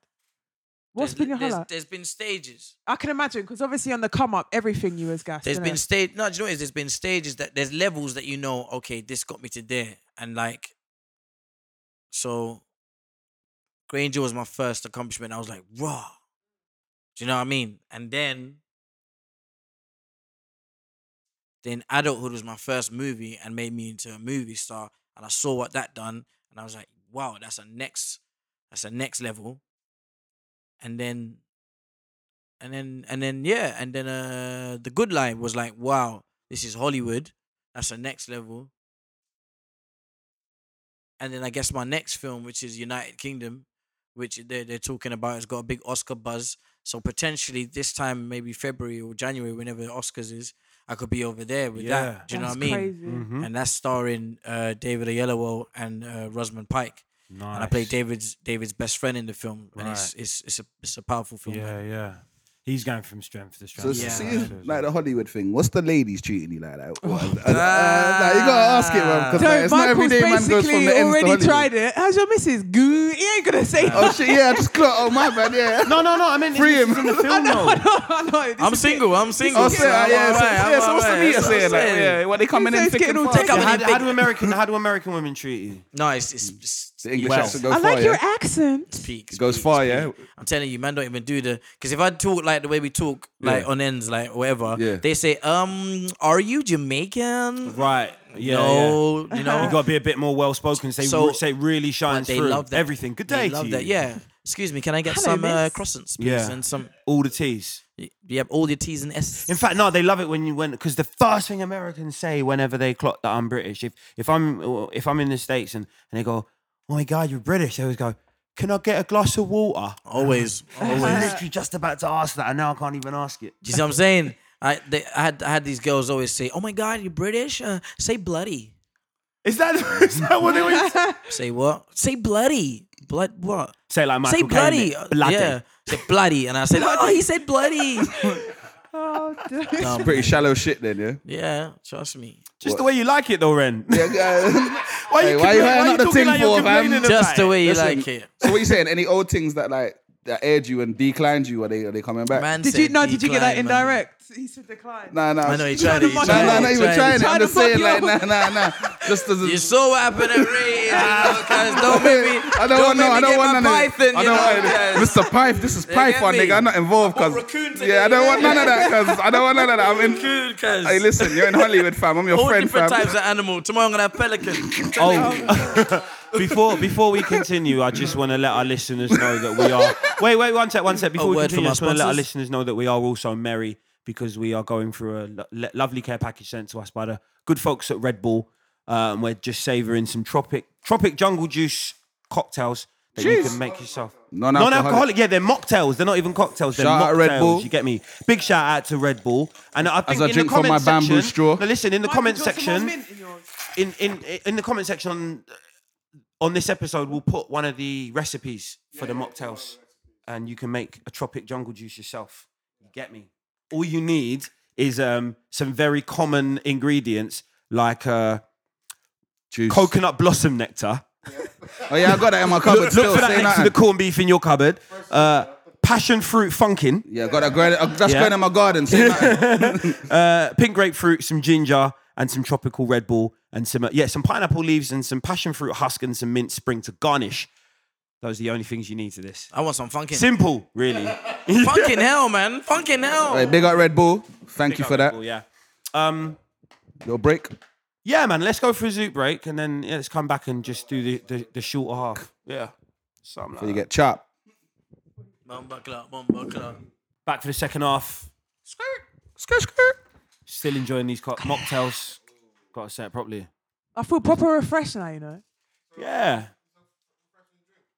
What's There's- been your there's- highlight? There's been stages. I can imagine because obviously on the come up, everything you was gassed. There's innit? been stage. No, do you know what it is? There's been stages that there's levels that you know. Okay, this got me to there, and like, so Granger was my first accomplishment. I was like, raw. Do you know what I mean? And then, then Adulthood was my first movie and made me into a movie star. And I saw what that done, and I was like, wow, that's a next, that's a next level. And then and then and then yeah, and then uh the good line was like, wow, this is Hollywood. That's the next level. And then I guess my next film, which is United Kingdom, which they're they're talking about, has got a big Oscar buzz. So potentially this time, maybe February or January, whenever the Oscars is, I could be over there with Yeah. that. Do you Mm-hmm. know That's what I mean? Crazy. Mhm. And that's starring uh, David Oyelowo and uh, Rosamund Pike. and I play David's David's best friend in the film, and it's it's it's a it's a powerful film. man. Yeah, yeah. He's going from strength to So strength. it's Yeah. see, I it's suppose, like yeah. the Hollywood thing. What's the ladies treating you like that? What- uh, uh, nah, you gotta ask it, man. Because So like, it's not every Michael's day man goes from basically the ends to already Hollywood. tried it. How's your missus? Goo. He ain't gonna say that. Oh shit! Yeah, I just clocked. Oh my bad. Yeah. No, no, no. I mean, Free this him. is in the film, though. I know, this I'm is it. single. I'm single. Oh, so, yeah, I'm yeah, so, alright, I'm yeah, so what's the alright, meter that's what I'm saying? Like, saying. yeah, what they coming He in says thick getting and all fast. tech- How How, many how do big- American? How do American women treat you? No, it's it's, it's The English Well, accent goes I far, like your yeah. accent. peak. it's Goes peak, far, it's yeah? peak. I'm telling you, man, don't even do the because if I talk like the way we talk, like Yeah. on ends, like or whatever, Yeah. they say, um, are you Jamaican? Right. Yeah. no, you yeah. know, You gotta be a bit more well spoken. Say, So- re- say really but shines they through love that. everything. Good day they love to that. you. Yeah. Excuse me, can I get Hello, some uh, miss. croissants, please? Yeah. And some, All the T's. yep, all your T's and S's. In fact, no, they love it when you when because the first thing Americans say whenever they clock that I'm British, if if I'm if I'm in the states and and they go, oh my god, you're British, they always go, can I get a glass of water? always, I was always. literally just about to ask that, and now I can't even ask it. Do you see what I'm saying? I, they, I had I had these girls always say, "Oh my God, you're British. Uh, say bloody. Is that is that what they would Say what? Say bloody. Blood what? say like Michael say Caine, bloody. innit? bloody. Yeah. Say bloody. And I said, "Oh, he said bloody." Oh, dear. Dumb. Pretty shallow shit then, yeah. Yeah, trust me. Just the way you like it, though, Ren. Yeah, Why Hey, why you complaining- hanging why up the talking thing you're for, fam? complaining about Just the it? way you Listen, like it. So what you saying? Any old things that like that aired you and declined you? Are they are they coming back? Man Did said you no? Did you get that decline, man. indirect? He said decline. Nah, nah. I know he nah, tried it. he Nah, tried nah, it, not he even tried trying it. Trying I'm to just saying, fuck like, you nah, nah, nah. Just as You so what happened at Ray, uh, cuz don't make me. I don't want make no. me I get don't want my none of it. Python, I you don't know, want it. cuz. Mr. Pipe, this is Pipe, get my me? nigga. I'm not involved, cuz. raccoon today, Yeah, I don't want none of that, cuz. I don't want none of that. I'm in. Raccoon, cuz. Hey, listen, you're in Hollywood, fam. I'm your All friend, different fam. types of animal. Tomorrow I'm gonna have pelican. Oh, before before we continue, I just want to let our listeners know that we are. Wait, wait, one sec, one sec. Before we word continue, from I our just want to let our sponsors? listeners know that we are also merry because we are going through a lo- lo- lovely care package sent to us by the good folks at Red Bull. Um, we're just savouring some tropic tropic jungle juice cocktails that you Jeez. can make yourself. Non-alcoholic. Non-alcoholic, yeah, they're mocktails. They're not even cocktails. They're Shout out mocktails. Red Bull. You get me? Big shout out to Red Bull. And I think I in drink the from comment my section, bamboo straw. No, listen, in the comment Michael, do you want some section, more mint in yours? in in in the comment section on, on this episode, we'll put one of the recipes for the mocktails, and you can make a tropic jungle juice yourself. You get me? All you need is um, some very common ingredients like uh, Juice. coconut blossom nectar. Oh yeah, I got that in my cupboard. Look, still, look for say that next to the nothing. corned beef in your cupboard. Uh, passion fruit funkin, Yeah, I got that. Growing, uh, that's Yeah. growing in my garden. Say nothing. uh, pink grapefruit, some ginger, and some tropical Red Bull, and some uh, yeah, some pineapple leaves and some passion fruit husk and some mint spring to garnish. Those are the only things you need to this. I want some funkin'. Simple, really. Funkin' hell, man. Funkin' hell. Hey, big up Red Bull. Thank you for that. Simple, yeah. Um, Your break. yeah, man. Let's go for a zoot break, and then yeah, let's come back and just do the the, the shorter half. Yeah, something like You that. get chopped. Bumba club, bumba club. Back for the second half. Skirt, skirt. Still enjoying these co- mocktails. Got to say it properly. I feel proper refreshed now. You know. Yeah.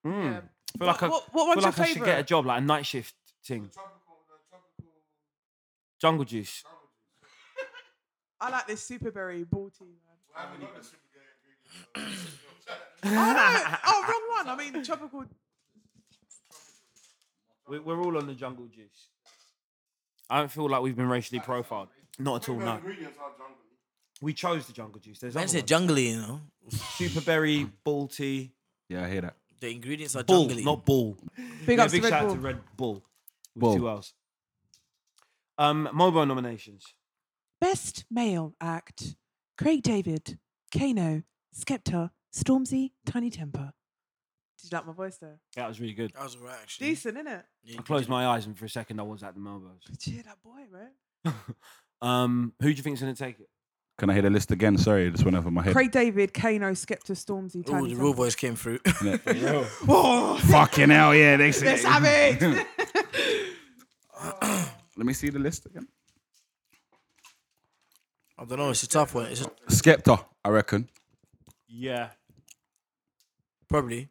Mm. Feel like I- What- what one's feel your like I should get a favourite? job, like a night shift thing. Jungle juice. I like this superberry ball tea. Man. oh, no. oh, wrong one. I mean tropical. We- We're all on the jungle juice. I don't feel like we've been racially profiled. Not at all, no. We chose the jungle juice. There's Man other said ones. jungly, you know. Superberry, ball tea. Yeah, I hear that. The ingredients are Bull, jungly. not ball. Big Yeah, ups big to Red shout out Bull. to Red Bull. With Bull. two L's. Um, mobile nominations. Best male act: Craig David, Kano, Skepta, Stormzy, Tiny Temper. Did you like my voice there? That was really good. Oh, That was alright, actually. Decent, isn't it? Yeah, I closed my eyes and for a second I was at the Melbourne's. Cheer that boy, man. Um, who do you think's going to take it? Can I hear the list again? Sorry, it just went over my head. Craig David, Kano, Skepta, Stormzy, Ooh, Tiny the Temper. real voice came through. Oh, Fucking hell, yeah. They they're savage. Let me see the list again. I don't know. It's a tough one. It's a, Skepta, I reckon. Yeah. probably.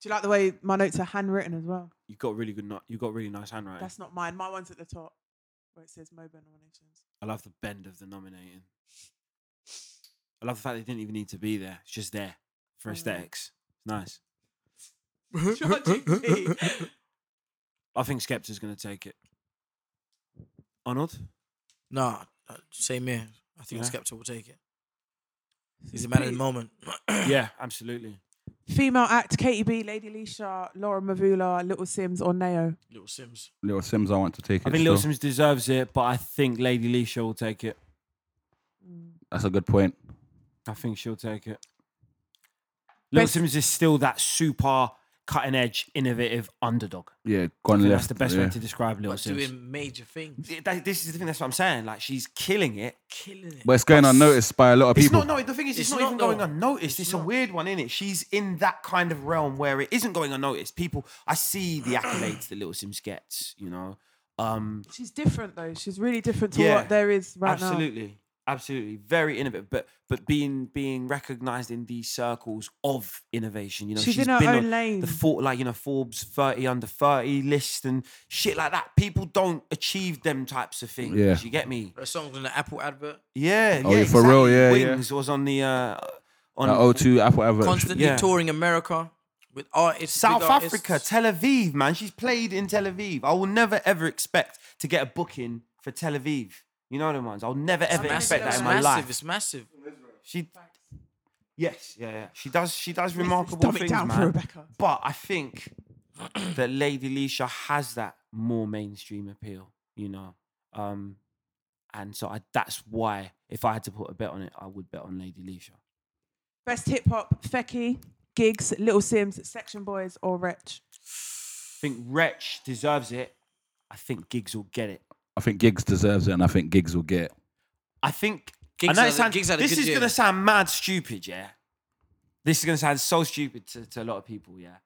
Do you like the way my notes are handwritten as well? You got really good. You got really nice handwriting. That's not mine. My one's at the top where it says Mobo nominations. I love the bend of the nominating. Oh, I love the fact they didn't even need to be there. It's just there I for know. aesthetics. Nice. Charging me. I think Skepta's going to take it. Arnold? Nah, uh, same here. I think Yeah. Skepta will take it. He's a man of the moment. yeah, absolutely. Female act: Katie B, Lady Leisha, Laura Mavula, Little Sims, or Neo. Little Sims. Little Sims, I want to take it. I think Lil still. Sims deserves it, but I think Lady Leisha will take it. That's a good point. I think she'll take it. Lil Best- Sims is still that super cutting edge, innovative underdog. Yeah, gone I think left. that's the best yeah. way to describe Lil But Sims. doing major things. Th- that- This is the thing. That's what I'm saying. Like she's killing it. Killing it. But it's going unnoticed by a lot of It's people. not. No, the thing is, it's, It's not, not, even going though. unnoticed. It's, a weird one, isn't it? She's in that kind of realm where it isn't going unnoticed. People, I see the accolades that Little Sims gets. You know, um, She's different though. She's really different to Yeah. what there is right now. absolutely, absolutely, very innovative. But but being being recognised in these circles of innovation, you know, She's in her been own on lane. The for, like you know Forbes thirty under thirty list and shit like that. People don't achieve them types of things. Yeah. You get me? Her song's on the Apple advert. Yeah. Oh, yeah, yeah, for real, exactly. yeah, yeah. oh, Wings was on the uh, on Like, O2, Apple, whatever. Constantly Yeah. touring America with artists. South big artists. Africa, Tel Aviv, man. She's played in Tel Aviv. I will never ever expect to get a booking for Tel Aviv. You know the ones. I'll never ever Massive, expect that it's in my massive, life. It's massive. She, yes, yeah, yeah. She does. She does remarkable Dumb it things, down for man. Rebecca. But I think that Lady Leisha has that more mainstream appeal, you know. Um, and so I, that's why, if I had to put a bet on it, I would bet on Lady Leisha. Best hip hop: Fecky, Gigs, Little Sims, Section Boys, or Wretch. I think Wretch deserves it. I think Gigs will get it. I think Gigs deserves it, and I think Gigs will get it. I think I Gigs know had it a- sounds- Gigs had a this good is year. gonna sound mad stupid, yeah. This is gonna sound so stupid to, to a lot of people, yeah.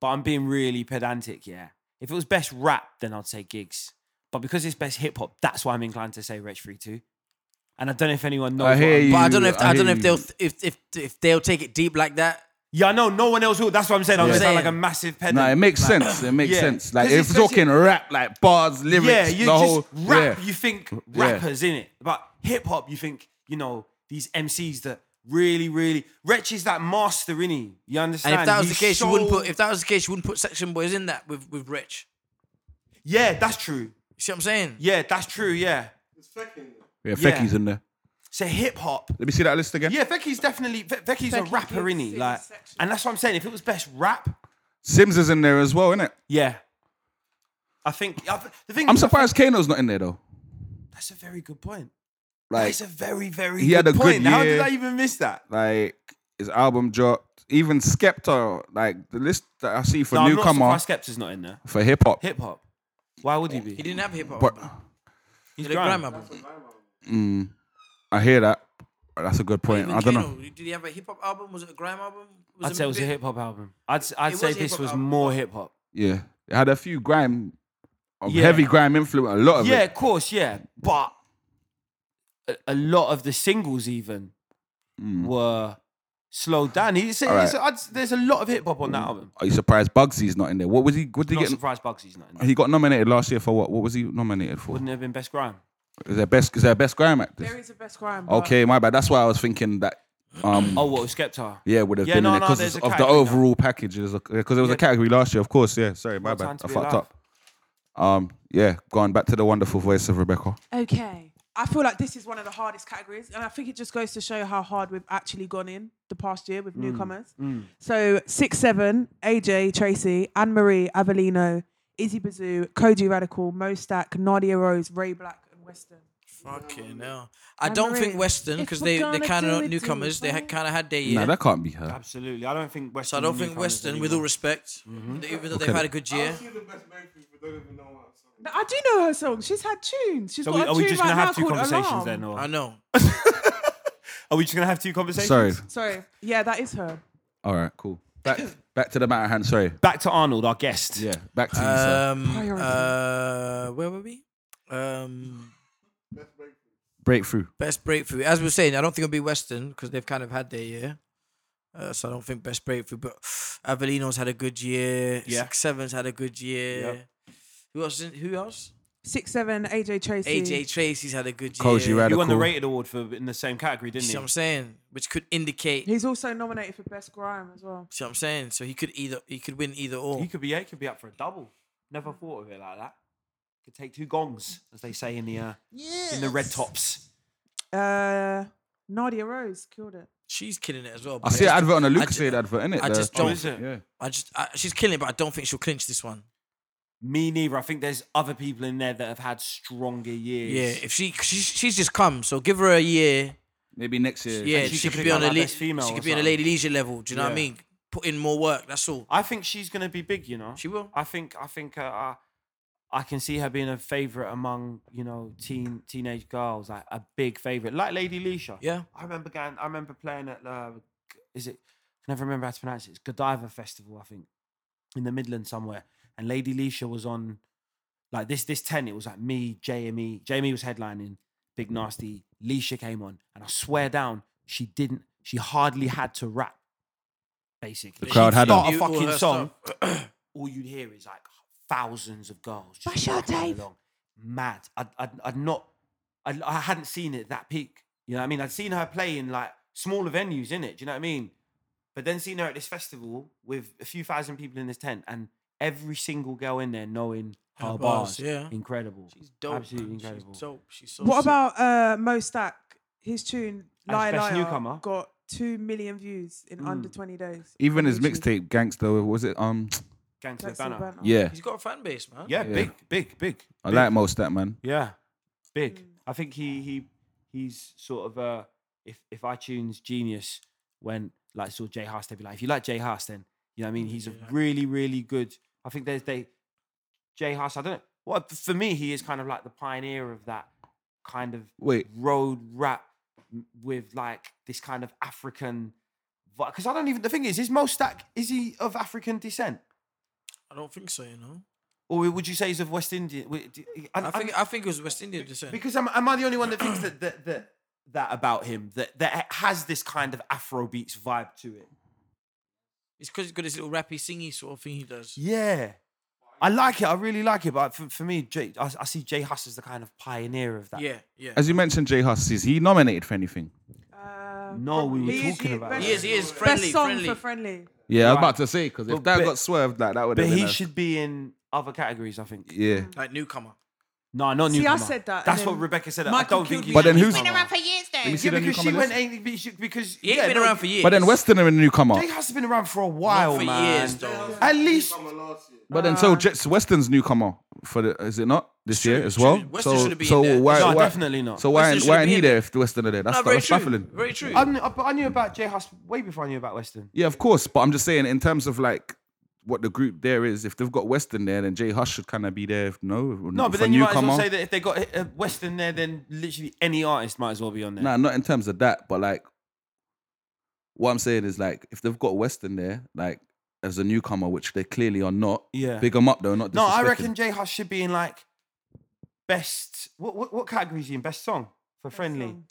But I'm being really pedantic, yeah. If it was best rap, then I'd say gigs. But because it's best hip hop, that's why I'm inclined to say Rich Free too. And I don't know if anyone knows. I hear what I'm- you. But I don't know if I, I don't know hear if they'll you. if if if they'll take it deep like that. Yeah, I know no one else will. That's what I'm saying. I'm Yeah. gonna sound like a Saying. massive pedant. No, it makes Like, sense. It makes yeah. sense. Like 'Cause if it's- we're talking rap, like bars, lyrics, Yeah, you the just whole rap. yeah. You think rappers in it, but hip hop, you think you know these MCs that really, really. Wretch is that master in he. You And understand? if that was the He's case, so- you wouldn't put. If that was the case, you wouldn't put Section Boys in that with with Rich. yeah, that's true. You see what I'm saying? Yeah, that's true. Yeah. Yeah, Yeah. Fecky's in there. So hip hop. Let me see that list again. Yeah, Becky's definitely Ve- Becky's a Becky rapper gives in he. six Like, sections. and that's what I'm saying. If it was best rap, Sims is in there as well, isn't it? yeah. I think I, the thing. I'm is, I think- surprised Kano's not in there though. That's a very good point. Like, That's a very, very. he good had a good point. How year. did I even miss that? like his album dropped. Even Skepta, like the list that I see for No, I'm not newcomer surprised Skepta's not in there. for hip hop. Hip hop. Why would he be? He didn't have hip hop. But He He's did a grime. grime album. mm, I hear that. That's a good point. Even I don't Kano, know. Did he have a hip hop album? Was it a grime album? I'd say it was a bit- hip hop album. I'd s- I'd It say was a this hip-hop was album. more hip hop. Yeah, it had a few grime, of Yeah. heavy grime influence. A lot of Yeah, it. of course, yeah, but a, a lot of the singles even were slowed down. He said, Mm. Alright. so I'd s- there's a lot of hip hop on that album. Are you surprised Bugsy's not in there? What was he? What did Not he get? surprised Bugsy's not. In there. He got nominated last year for what? What was he nominated for? Wouldn't it have been best grime. Is there best? Is there best grime There actor? is a best crime. but- Okay, my bad. That's why I was thinking that. Um, Oh, what was Skepta? yeah, would have Yeah, been no, in it no, because there's a of the category now. overall package. Because there was Yeah. a category last year, of course. Yeah, sorry, my What Time bad. to I Be fucked Alive. up. Um, yeah, gone back to the wonderful voice of Rebecca. Okay. I feel like this is one of the hardest categories, and I think it just goes to show how hard we've actually gone in the past year Mm. with newcomers. So six seven, AJ Tracy, Anne Marie Avellino, Izzy Bazoo, Koji Radical, Mostack, Nadia Rose, Ray Black, and Western. Fucking hell. I don't think Marie, Western Mm. if because we're they they gonna kind do of it, do newcomers. They had it. kind of had their Nah, year. that can't be her. Absolutely, I don't think Western. so I don't think newcomers Western, anymore. Mm-hmm. with all respect, even though they've had a good year. Now, I do know her song. She's had tunes. She's So got we, a are tune we just right gonna now have two called conversations Alarm. then, or I know. are we just gonna have two conversations? Sorry. Sorry, yeah, that is her. All right, cool. Back back to the matter at hand. Sorry. Back to Arnold, our guest. Yeah, back to you, sir. Um, Priority. uh, where were we? Um, Breakthrough. Best breakthrough. As we were saying, I don't think it'll be Western because they've kind of had their year. Uh, so I don't think best breakthrough. But Avellino's had a good year. Yeah. Six Seven's had a good year. Yep. Who else? is- Who else? Six seven AJ Tracy. AJ Tracy's had a good year. Cozy You Radical. won the rated award for in the same category, You didn't see you? what I'm saying? Which could indicate. He's also nominated for best grime as well. See what I'm saying? So he could either he could win either or. He could be. yeah, He could be up for a double. Mm. Never thought of it like that. Could take two gongs, as they say in the uh, in the red tops. Uh, Nadia Rose killed it. She's killing it as well. I but see an advert on a I Lucasade ju- advert, innit? I The- just Oh, don't. is it? Yeah. I just I, she's killing it, but I don't think she'll clinch this one. Me neither. I think there's other people in there that have had stronger Yeah, years. if she, she she's just come, so give her a year. Maybe next year. Yeah, she she, could could pick be up on a like la- best female she or could be on a something. lady leisure level. Do you know what I Yeah. mean? Put in more work. That's all. I think she's gonna be big. You know, She will. I think I think uh, I, I can see her being a favorite among you know teen teenage girls, like a big favorite, like Lady Leisha. Yeah. I remember going. I remember playing at uh, G- is it? I can never remember how to pronounce it. It's Godiva Festival, I think, in the Midlands somewhere. And Lady Leisha was on like this this ten. It was like me, Jamie. Jamie was headlining. Big Mm. nasty. Leisha came on, and I swear down, she didn't. She hardly had to rap. Basically, crowd She'd had her. start a do all her fucking stuff. song. all you'd hear is like thousands of girls just rapping along. Mad. I'd, I'd, I'd not, I'd, I hadn't seen it that peak. You know what I mean? I'd seen her play in like smaller venues, in it. Do you know what I mean? But then seeing her at this festival with a few thousand people in this tent and every single girl in there knowing her, Her bars, bars, yeah. incredible. She's dope. Absolutely man. incredible. She's dope. She's so What sick. about uh, Mo Stack? His tune As "Lie best Liar" newcomer. Hmm. got two million views in under twenty days. Even on his YouTube. mixtape, Gangster, was it? Um, Gangsta That's Banner. Banner. yeah. He's got a fan base, man. Yeah, Yeah. big, big, big. I big. like most that man. Yeah, big. Mm. I think he he he's sort of uh if if iTunes genius when like saw Jay Haas, they'd be like, if you like Jay Haas, then you know what I mean. He's a really really good. I think there's they Jay Haas. I don't know. Well, for me, he is kind of like the pioneer of that kind of Wait, road rap m- with like this kind of African. Because I don't even. The thing is, is Mo Stack is he of African descent, I don't think so. You know. or would you say he's of West Indian? Wait, d- I think I think it was West Indian descent. Because am, am I the only one that thinks that that that, that about him that that has this kind of Afrobeats vibe to it? It's because he's got this little rappy, singy sort of thing he does. Yeah, I like it. I really like it. But for, for me, Jay, I, I see Jay Huss as the kind of pioneer of that. Yeah, yeah. as you mentioned, Jay Huss, is he nominated for anything? Uh, No, Oh, we were he is- talking he- about best- it. He is, he is best friendly, song friendly. for friendly. Yeah, I was Right. about to say because if But- that but- got swerved, like that would but have been. he a- should be in other categories. I think. Yeah, Like newcomer. No, not See, I newcomer. said that, and That's what then Rebecca said. I Michael don't think. Kilby- he's but then a who's? newcomer. Let me see Yeah, the because she newcomer went. list. ain't- because she- Because He ain't yeah, been no, around for years. But then Western and a newcomer. Jay Huss has been around for a while, for man. years, though. At least But then so Jets Western's newcomer for the is it not this year as true. well? Western so should have been so there. why, No, why definitely not. So why Western why should ain't be he in there. there if the Western are there? That's no, that- very that's true. baffling. Very true. I knew, but I knew about Jay Huss way before I knew about Western. Yeah, of course. But I'm just saying in terms of like what the group there is, if they've got Western there, then Jay Hush should kind of be there. If no, No, but then you might as well say that if they got a Western there, then literally any artist might as well be on there. Nah, not in terms of that, but like what I'm saying is like if they've got Western there, like as a newcomer, which they clearly are not. Yeah. Big them up though, not no, I disrespecting. reckon Jay Hush should be in like best. What what, what category is he in? Best song for friendly. song.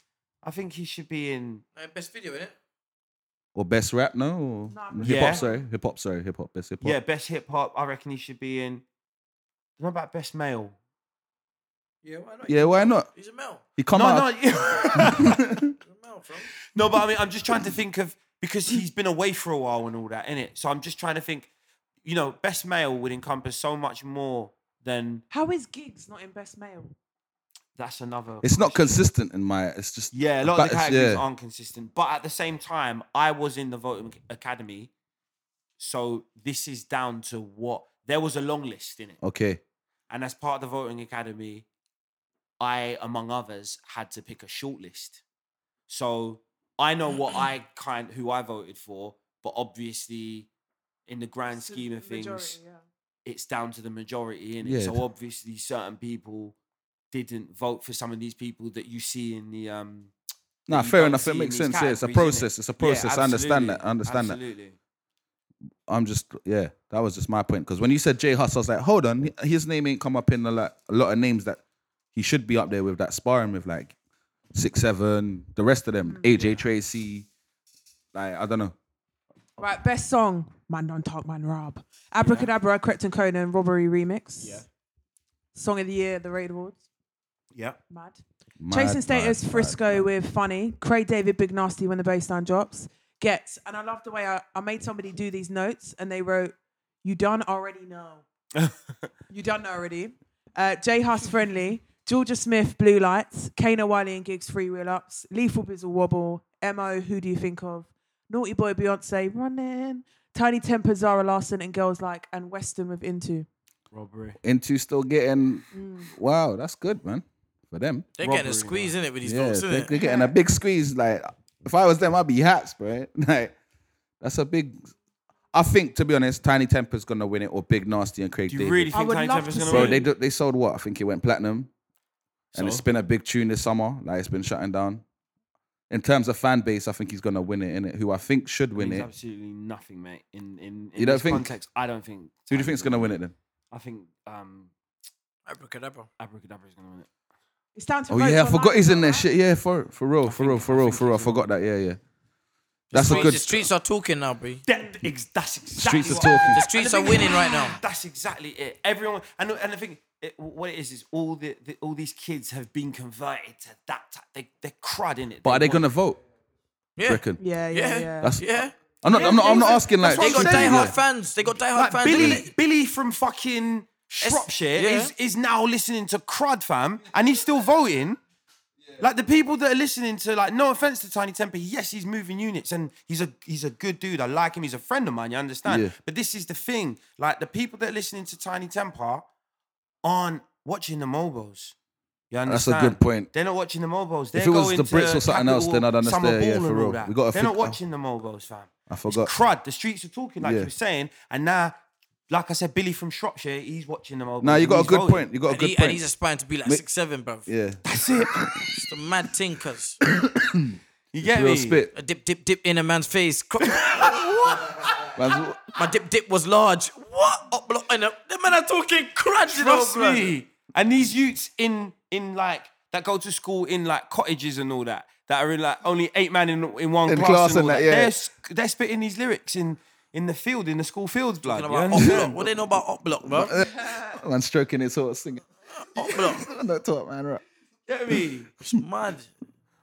I think he should be in. Uh, best video, innit? or best rap, no, Nah, or but- hip hop. Yeah. Sorry, hip hop. Sorry, hip hop. Best hip hop. Yeah, best hip hop. I reckon he should be in. What about best male? Yeah, why not? Yeah, why not? He's a male. He come no, out. no, He's a male, fam. no. But I mean, I'm just trying to think of because he's been away for a while and all that, innit? So I'm just trying to think. You know, best male would encompass so much more than How is Gigs not in best male? that's another. It's question. not consistent in my. It's just Yeah, a lot of the but it's- categories yeah. aren't consistent. But at the same time, I was in the voting academy, so this is down to what there was a long list in it, Okay, and as part of the voting academy, I, among others, had to pick a short list. So I know what I kind who I voted for, but obviously, in the grand It's the scheme of things, majority, yeah. it's down to the majority in it. Yeah, So it- obviously, certain people didn't vote for some of these people that you see in the um nah, you fair don't enough. see It in these makes sense. Yeah, it's a categories, innit? process. It's a process. I understand that. I understand that. that. I'm just yeah. That was just my point because when you said Jay Huss, I was like, hold on, his name ain't come up in a lot, a lot of names that he should be up there with that sparring with like six seven, the rest of Mm. them, AJ Tracy, like I don't know. Right, best song. Man don't talk, man rob. Abracadabra, Crept and Conan, Robbery remix. Yeah. Song of the Year, the Raid Awards. Yeah. Mad. Mad, Chasing mad, Status, mad, Frisco mad. with Funny, Craig David, Big Nasty when the baseline drops, Gets, and I love the way I, I made somebody do these notes and they wrote, You done already know. you done already. Uh, J Huss Friendly, Georgia Smith, Blue Lights, Kano Wiley and Gigs, Free Wheel Ups, Lethal Bizzle Wobble, MO, Who Do You Think Of, Naughty Boy Beyonce, Running, Tiny Temper, Zara Larson and Girls Like, and Western with Into. Robbery. Into still getting. Mm. Wow, that's good, man. For them. They're getting Robbery, a squeeze in it with these Yeah, folks, they, isn't they're it? getting a big squeeze. Like, if I was them, I'd be hats, bro. Like, that's a big. I think, to be honest, Tiny Temper's gonna win it, or Big Nasty and Craig Do you David. really I think would Tiny love Temper's to going to see- Bro, win? they do, they sold what? I think it went platinum, and it's So? been a big tune this summer. Like, it's been shutting down. In terms of fan base, I think he's gonna win it. In it, who I think should win means it. absolutely nothing, mate. In in, in You don't this think? context, I don't think. Who do you think's gonna win it then? I think um, Abracadabra. Abracadabra is gonna win it. It's down to Oh votes yeah, I forgot online, he's in all there. right? Shit, yeah, for for real, for think- real, for I real, think for real. I he's in forgot that. Yeah, yeah. That's The a streets- good. The streets are talking now, bro. That, ex- that's exactly Streets are what- talking. The And streets the are thing winning is- right now. That's exactly it. Everyone and the- and the thing, it, what it is is all the, the all these kids have been converted to that. Type, they they're crud in it. But are they want- gonna vote? Yeah. Reckon. Yeah, yeah, Yeah. yeah. That's. Yeah. I'm not. I'm not. I'm not yeah, asking like. that's what They I'm got saying, diehard yeah. fans. They got diehard Like fans. Billy, innit? Billy from fucking Shropshire yeah. is, is now listening to Crud fam, and he's still voting. Like the people that are listening to, like, no offense to Tiny Temper, yes, he's moving units, and he's a he's a good dude. I like him. He's a friend of mine. You understand? Yeah. But this is the thing. Like the people that are listening to Tiny Temper aren't watching the mobiles. You That's a good understand? point. They're not watching the mobiles. They're it was going the to Brits or something else, Capital then I'd Summer understand. Yeah, Ball for and real. all that. We gotta They're fig- not I- watching the mobiles, fam. I forgot. It's crud. The streets are talking, like Yeah. you were saying, and now, like I said, Billy from Shropshire, he's watching the mobiles. Nah, you and got a he's good voting. point. You got a And, good he, and he's point. aspiring to be like Ma- six seven, bruv. Yeah. That's it. It's the mad tinkers. You get me? Real spit. A dip, dip, dip in a man's face. Cro- Man's- My dip, dip was large. What? Up, block, and the the man are talking crunch. you know, Trust blood. me. And these youths in in like that go to school in like cottages and all that that are in like only eight man in in one In class, class and, and all that, that. yeah. They're sc- they're spitting these lyrics in in the field in the school fields, blood. Talking you about up block. understand? What they know about up block, bro? Up Man's stroking it, sort of singing. block. I don't talk, man. Right. Get me? It's mad.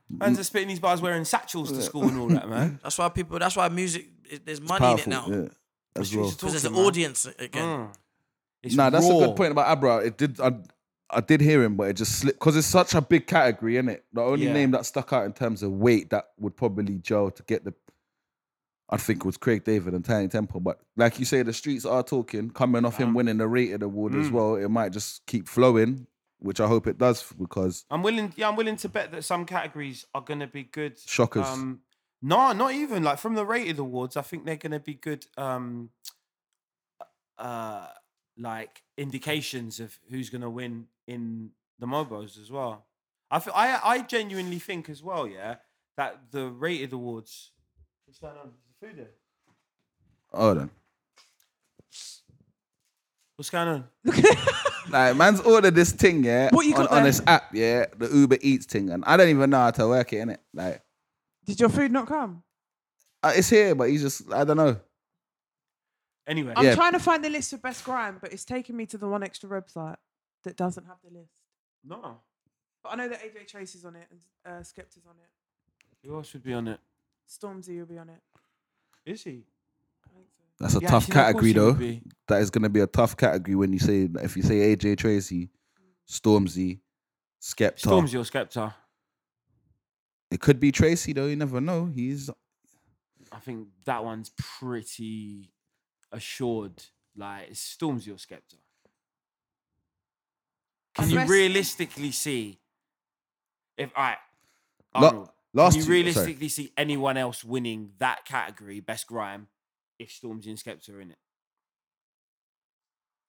Man's are spitting these bars wearing satchels to school and all that, man. That's why people. That's why music. it- There's money Powerful. in it now. Yeah. As well. Because there's an Talking, man. audience again. Mm. It's Nah, that's a raw. good point about Abra. It did. I, I did hear him, but it just slipped because it's such a big category, isn't it? The only Yeah. name that stuck out in terms of weight that would probably gel to get the, I think, was Craig David and Tiny Temple. But like you say, the streets are talking. Coming off him winning the rated award Mm. as well, it might just keep flowing, which I hope it does because I'm willing. Yeah, I'm willing to bet that some categories are going to be good. Shockers. no, not even like from the rated awards. I think they're going to be good. Um, uh, like indications of who's going to win in the mobos as well. I feel, I I genuinely think as well. Yeah, that the rated awards. What's going on? Is the food there? hold on, What's going on? like man's ordered this thing, yeah, What you on, got on there? this app, yeah, the Uber Eats thing, and I don't even know how to work it, innit? Like Did your food not come? uh, it's here, but he's just I don't know. Anyway, I'm Yeah. trying to find the list of best grime, but it's taking me to the one extra website that doesn't have the list. no. But I know that AJ Trace is on it and uh, Skepta's on it. Who else would be on it? Stormzy will be on it. Is he? That's a Yeah, tough actually, no, of category course he though. would be. that is going to be a tough category when you say if you say AJ Tracy, Stormzy, Skepta. Stormzy or Skepta? It could be Tracy though. You never know. He's I think that one's pretty assured. Like it's Stormzy or Skepta. Can you Unless- realistically see if I La- can last you year- sorry. realistically see anyone else winning that category, best grime, if Stormzy and Skepta are in it?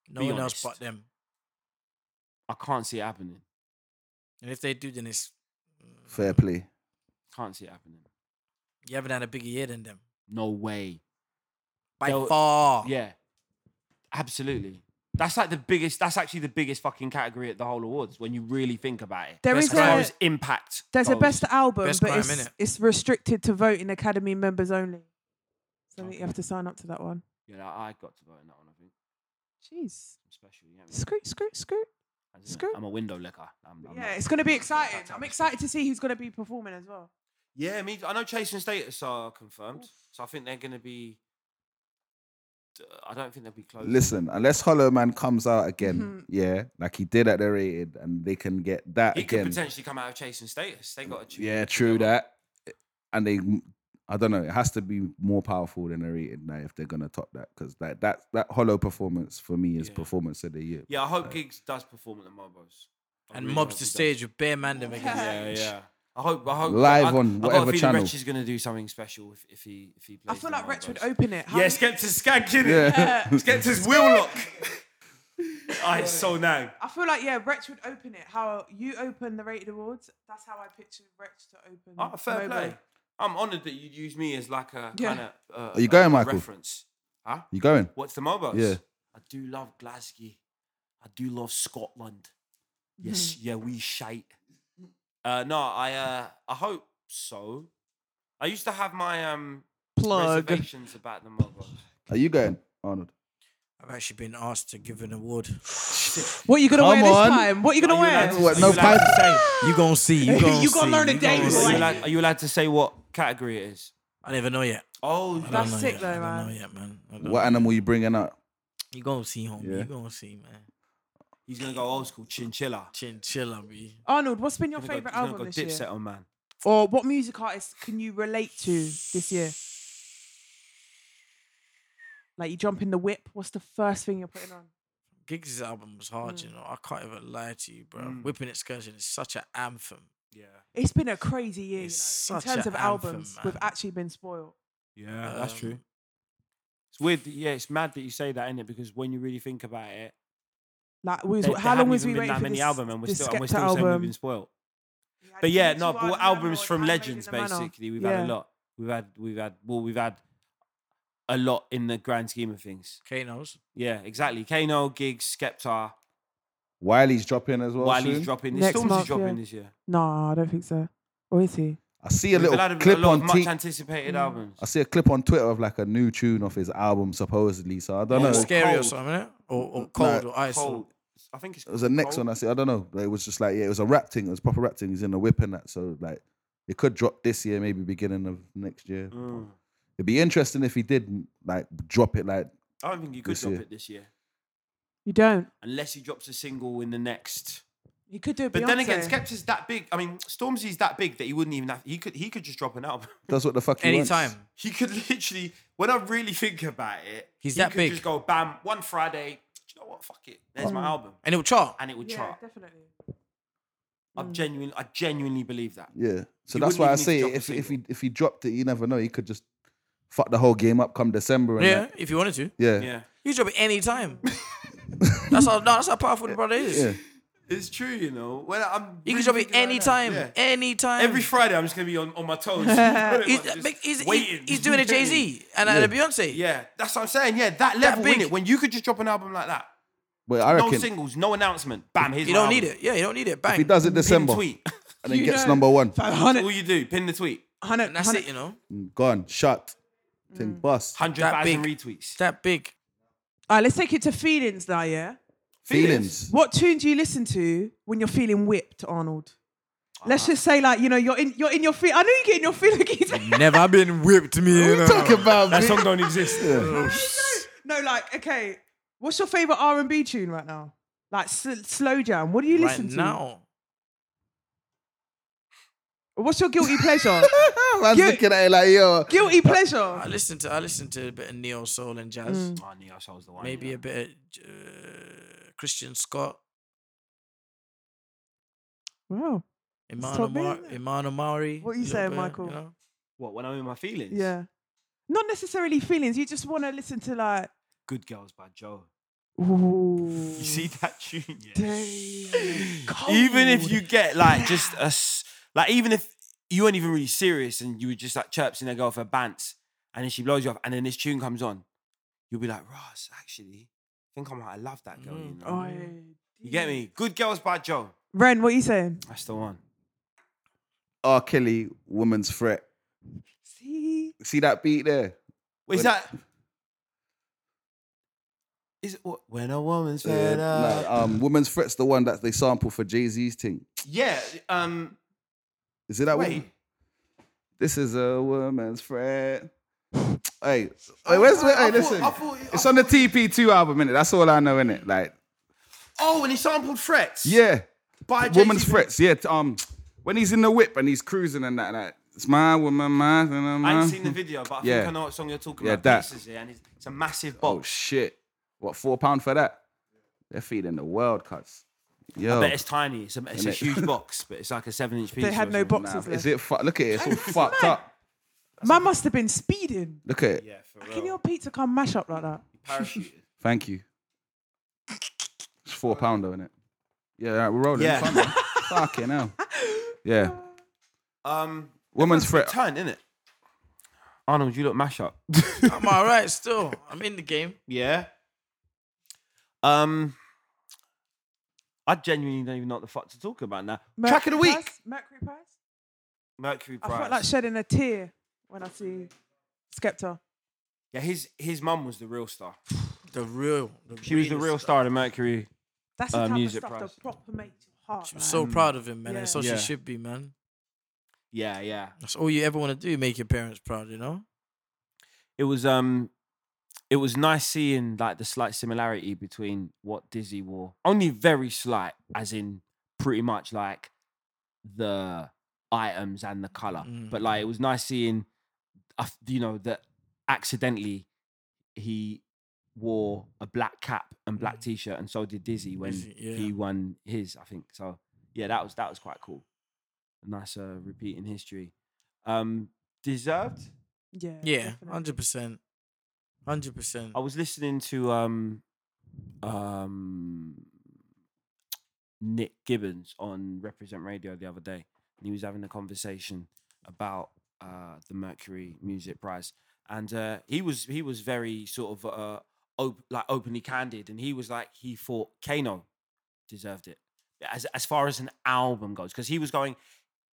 No Be one honest. else but them. I can't see it happening. And if they do, then it's fair play. Can't see it happening. you haven't had a bigger year than them No way. by They'll- Ah. far. Yeah. Absolutely. That's like the biggest that's actually the biggest fucking category at the whole awards when you really think about it. There Best is as far a, as impact. there's a goes. best album, Best but grime, it's, innit? it's restricted to voting Academy members only. So I think you have to sign up to that one. Yeah, I I got to vote on that one. I think Jeez. I'm special. You know what I mean? Scoot, scoot, scoot. I'm It's good. a window licker. I'm, I'm Yeah, not- it's going to be exciting. That's I'm how- excited to see who's going to be performing as well. Yeah, me. I know Chase and Status are confirmed, so I think they're going to be. I don't think they'll be close. Listen, unless Hollow Man comes out again, Mm-hmm. yeah, like he did at the rated, and they can get that he could again. potentially come out of Chase and Status. They got a tune Yeah, together. true that. And they, I don't know, it has to be more powerful than the rated now if they're gonna top that, because that that that Hollow performance for me is Yeah. performance of the year. Yeah, I hope Gigs does perform at the Mobos. I and really mobs hope the he does. stage with bare mandem again. Yeah, yeah. I hope. I hope. Live I, I on got a whatever feeling channel. Wretch is going to do something special if, if he if he plays. I feel the like Wretch would Mobos. open it. How Yeah, many- Skepta's skanking it. Yeah. Skepta's Willock. oh, it's so now. I feel like yeah, Wretch would open it. How you open the rated awards? That's how I picture Wretch to open. Oh, fair Mobo. play. I'm honoured that you'd use me as like a Yeah. kind of. Uh, Are you going, uh, Michael? Reference. Huh? You going? What's the Mobos? Yeah. I do love Glasgow. I do love Scotland. Yes, Mm-hmm. yeah, we shite. Uh, no, I uh, I hope so. I used to have my um reservations about the Mobos. Are you going, Arnold? I've actually been asked to give an award. What are you gonna Come wear on. this time? What are you gonna Are you allowed wear? to- What, are no you allowed to pipe? say- You gonna see? You gonna, You gonna see, learn a you day, gonna boy. Are see. you, allowed, are you allowed to say what category it is? I never know yet. Oh, I don't That's know sick yet. though, I don't man. know yet, man. I don't What know. animal you bringing out? You gonna see, homie. Yeah. You gonna see, man. he's gonna go old school chinchilla. Chinchilla, B. Arnold, Oh, what's been your He's gonna go- favorite he's gonna album go this year? Dipset on man. Or what music artist can you relate to this year? Like you jump in the whip. What's the first thing you're putting on? Giggs' album was hard, you know. I can't even lie to you, bro. Whipping Excursion is such an anthem. Yeah, It's been a crazy year, It's you know, in such a terms of anthem, albums. We've man. actually been spoiled. yeah, that's Um, true. It's weird. that- Yeah, it's mad that you say that, isn't it? Because when you really think about it, Like, we was, there- there how long haven't was even we been waiting that for many this, album, and we're this still, and we're Skepta still saying we've album? been spoiled. We had But yeah, no, G2R, but Landlord, albums from and Made in legends the Manor. basically. We've Yeah. had a lot. We've had we've had well, we've had a lot in the grand scheme of things. Kano's. Yeah, exactly. Kano, Gigs, Skepta, Wiley's dropping as well. Wiley's soon. dropping. This Next Storms is month, dropping yeah. this year. No, I don't think so. Or is he? I see a We've little had a- a clip lot of on. much T- Mm. anticipated albums. I see a clip on Twitter of like a new tune off his album supposedly. So I Oh, don't know. It Scary or cold. something, innit? Or, or cold or ice. Or, Cold. I think it's was the next Cold. one I see. I don't know. It was just like yeah, it was a rap thing. It was a proper rap thing. He's in the whip and that. So like, it could drop this year, maybe beginning of next year. Mm. It'd be interesting if he did like drop it like I don't think you could This drop year. it this year You don't. unless he drops a single in the next. You could do it. But then again, Beyonce. Skepta's that big. I mean, Stormzy's that big that he wouldn't even have. He could he could just drop an album. does what the fuck he wants. anytime. He could literally, when I really think about it, He's he that could big. Mm. Just go bam one Friday. Do you know what? Fuck it. There's my album, And it'll chart. and it would yeah, chart. definitely. I genuinely, I genuinely believe that. Yeah. So He wouldn't that's why I even need to say drop a if if he single. if he dropped it, you never know. He could just fuck the whole game up come December. And Yeah, like, if you wanted to. yeah. Yeah, You drop it any time. that's how no, that's how powerful the brother is. Yeah. it's true. You know, when I'm, really You can drop it thinking about any time. Yeah. Any time. Every Friday, I'm just gonna be on, on my toes. Pretty he's, much, just big- he's, waiting. he's, he's doing a Jay Z and a- and a Beyonce. Yeah, that's what I'm saying. Yeah, that level, big. in it. When you could just drop an album like that, But I no reckon singles, no announcement, bam. Here's You my don't album. need it. Yeah, you don't need it. Bang. he does it Pin December the tweet. and then You gets know- number one. Like, That's 100, all you do. Pin the tweet. 100, And that's it, you know. Gone. Shut. Thing bust. Hundred That thousand big. retweets. That big. All right, let's take it to feelings now, yeah? Feelings. What tune do you listen to when you're feeling whipped, Arnold? Let's just say, like, you know, you're in you're in your feet. I know you get in your feelings. Never been whipped me. What are you talking about? That Oh, bitch? song don't exist. no, like, okay. What's your favorite R and B tune right now? Like s- slow jam. What do you Right listen to? now. What's your guilty pleasure? Man's You- looking at it like yo. guilty pleasure. I listen to I listen to a bit of neo soul and Mm. jazz. Oh, Neo Soul's the one. Maybe yeah. a bit of uh, Christian Scott, Wow. Iman top me, Omar, isn't it? Iman Omari. What you little saying, bit, Michael? You know? What? When I'm in my feelings. Yeah. Not necessarily feelings. You just want to listen to like. Good Girls by Joe. Ooh. You see that tune? Yeah. Damn. Even if Cold. you get like just a s- like, even if you weren't even really serious and you were just like chirping a girl for bants, and then she blows you off, and then this tune comes on, you'll be like, Ross, actually, I think I might have loved that girl. Mm. You know. Oh, Oi. You get me? Good Girls by Joe. Ren, what are you saying? That's the one. R. Kelly, woman's threat. See? See that beat there? Is When- that? Is it what? When a woman's Uh, fed up. nah, um, Woman's Fret's the one that they sample for Jay Z's thing. yeah. Um. Is it that Wait. one? This is a woman's fret. Hey, hey, where's, I- I hey, thought- listen. I thought- I it's on the TP2 album, innit? That's all I know, innit? Like, Oh, and he sampled frets. yeah. By woman's Jay-Z. frets, yeah. t- Um, when he's in the whip and he's cruising and that, like, it's my woman, my. na- na- I na. ain't seen the video, but I Yeah. think I know what song you're talking Yeah, about. that. Pieces, yeah, and it's, it's a massive Oh, box. shit. What, four pound for that? They're feeding the world, cuz. Yo. I bet it's tiny. It's a, it's a Innit? huge box, but it's like a seven-inch piece. They had or no something. Nah, boxes left. is it fu- look at it, it's all fucked mad. up. Man must have been speeding. Look at it. Yeah, for Can your real. pizza come mash up like that? Parachute. Thank you. It's four pound though, innit? Yeah, all right, we're rolling. Yeah. Come on. Fucking hell. Yeah. Um, Woman's for fret. turn, innit? Arnold, you look mash up. I'm all right still. I'm in the game. yeah. Um, I genuinely don't even know what the fuck to talk about now. Track of Mercury the week. Prize? Mercury Prize? Mercury I Prize. felt like shedding a tear when I see Skepta. yeah, his his mum was the real star. The real. She was the realest real stuff. star of the Mercury. That's the Uh, type music of stuff prize. that proper makes your heart. She man. was so proud of him, man. That's Yeah. all Yeah. she should be, man. Yeah, yeah. That's all you ever want to do, make your parents proud, you know? it was um it was nice seeing like the slight similarity between what Dizzy wore. Only very slight, as in pretty much like the items and the color. Mm, But like it was nice seeing, uh, you know, that accidentally he wore a black cap and black t-shirt, and so did Dizzy when Mm. Dizzy, yeah. he won his. I think so. Yeah, that was that was quite cool. Nice uh, repeat in history. Um, deserved. Yeah. Yeah, definitely. hundred percent, hundred percent. I was listening to um um Nick Gibbons on Represent Radio the other day, and he was having a conversation about uh the Mercury Music Prize, and uh he was he was very sort of uh op- like openly candid, and he was like he thought Kano deserved it as as far as an album goes because he was going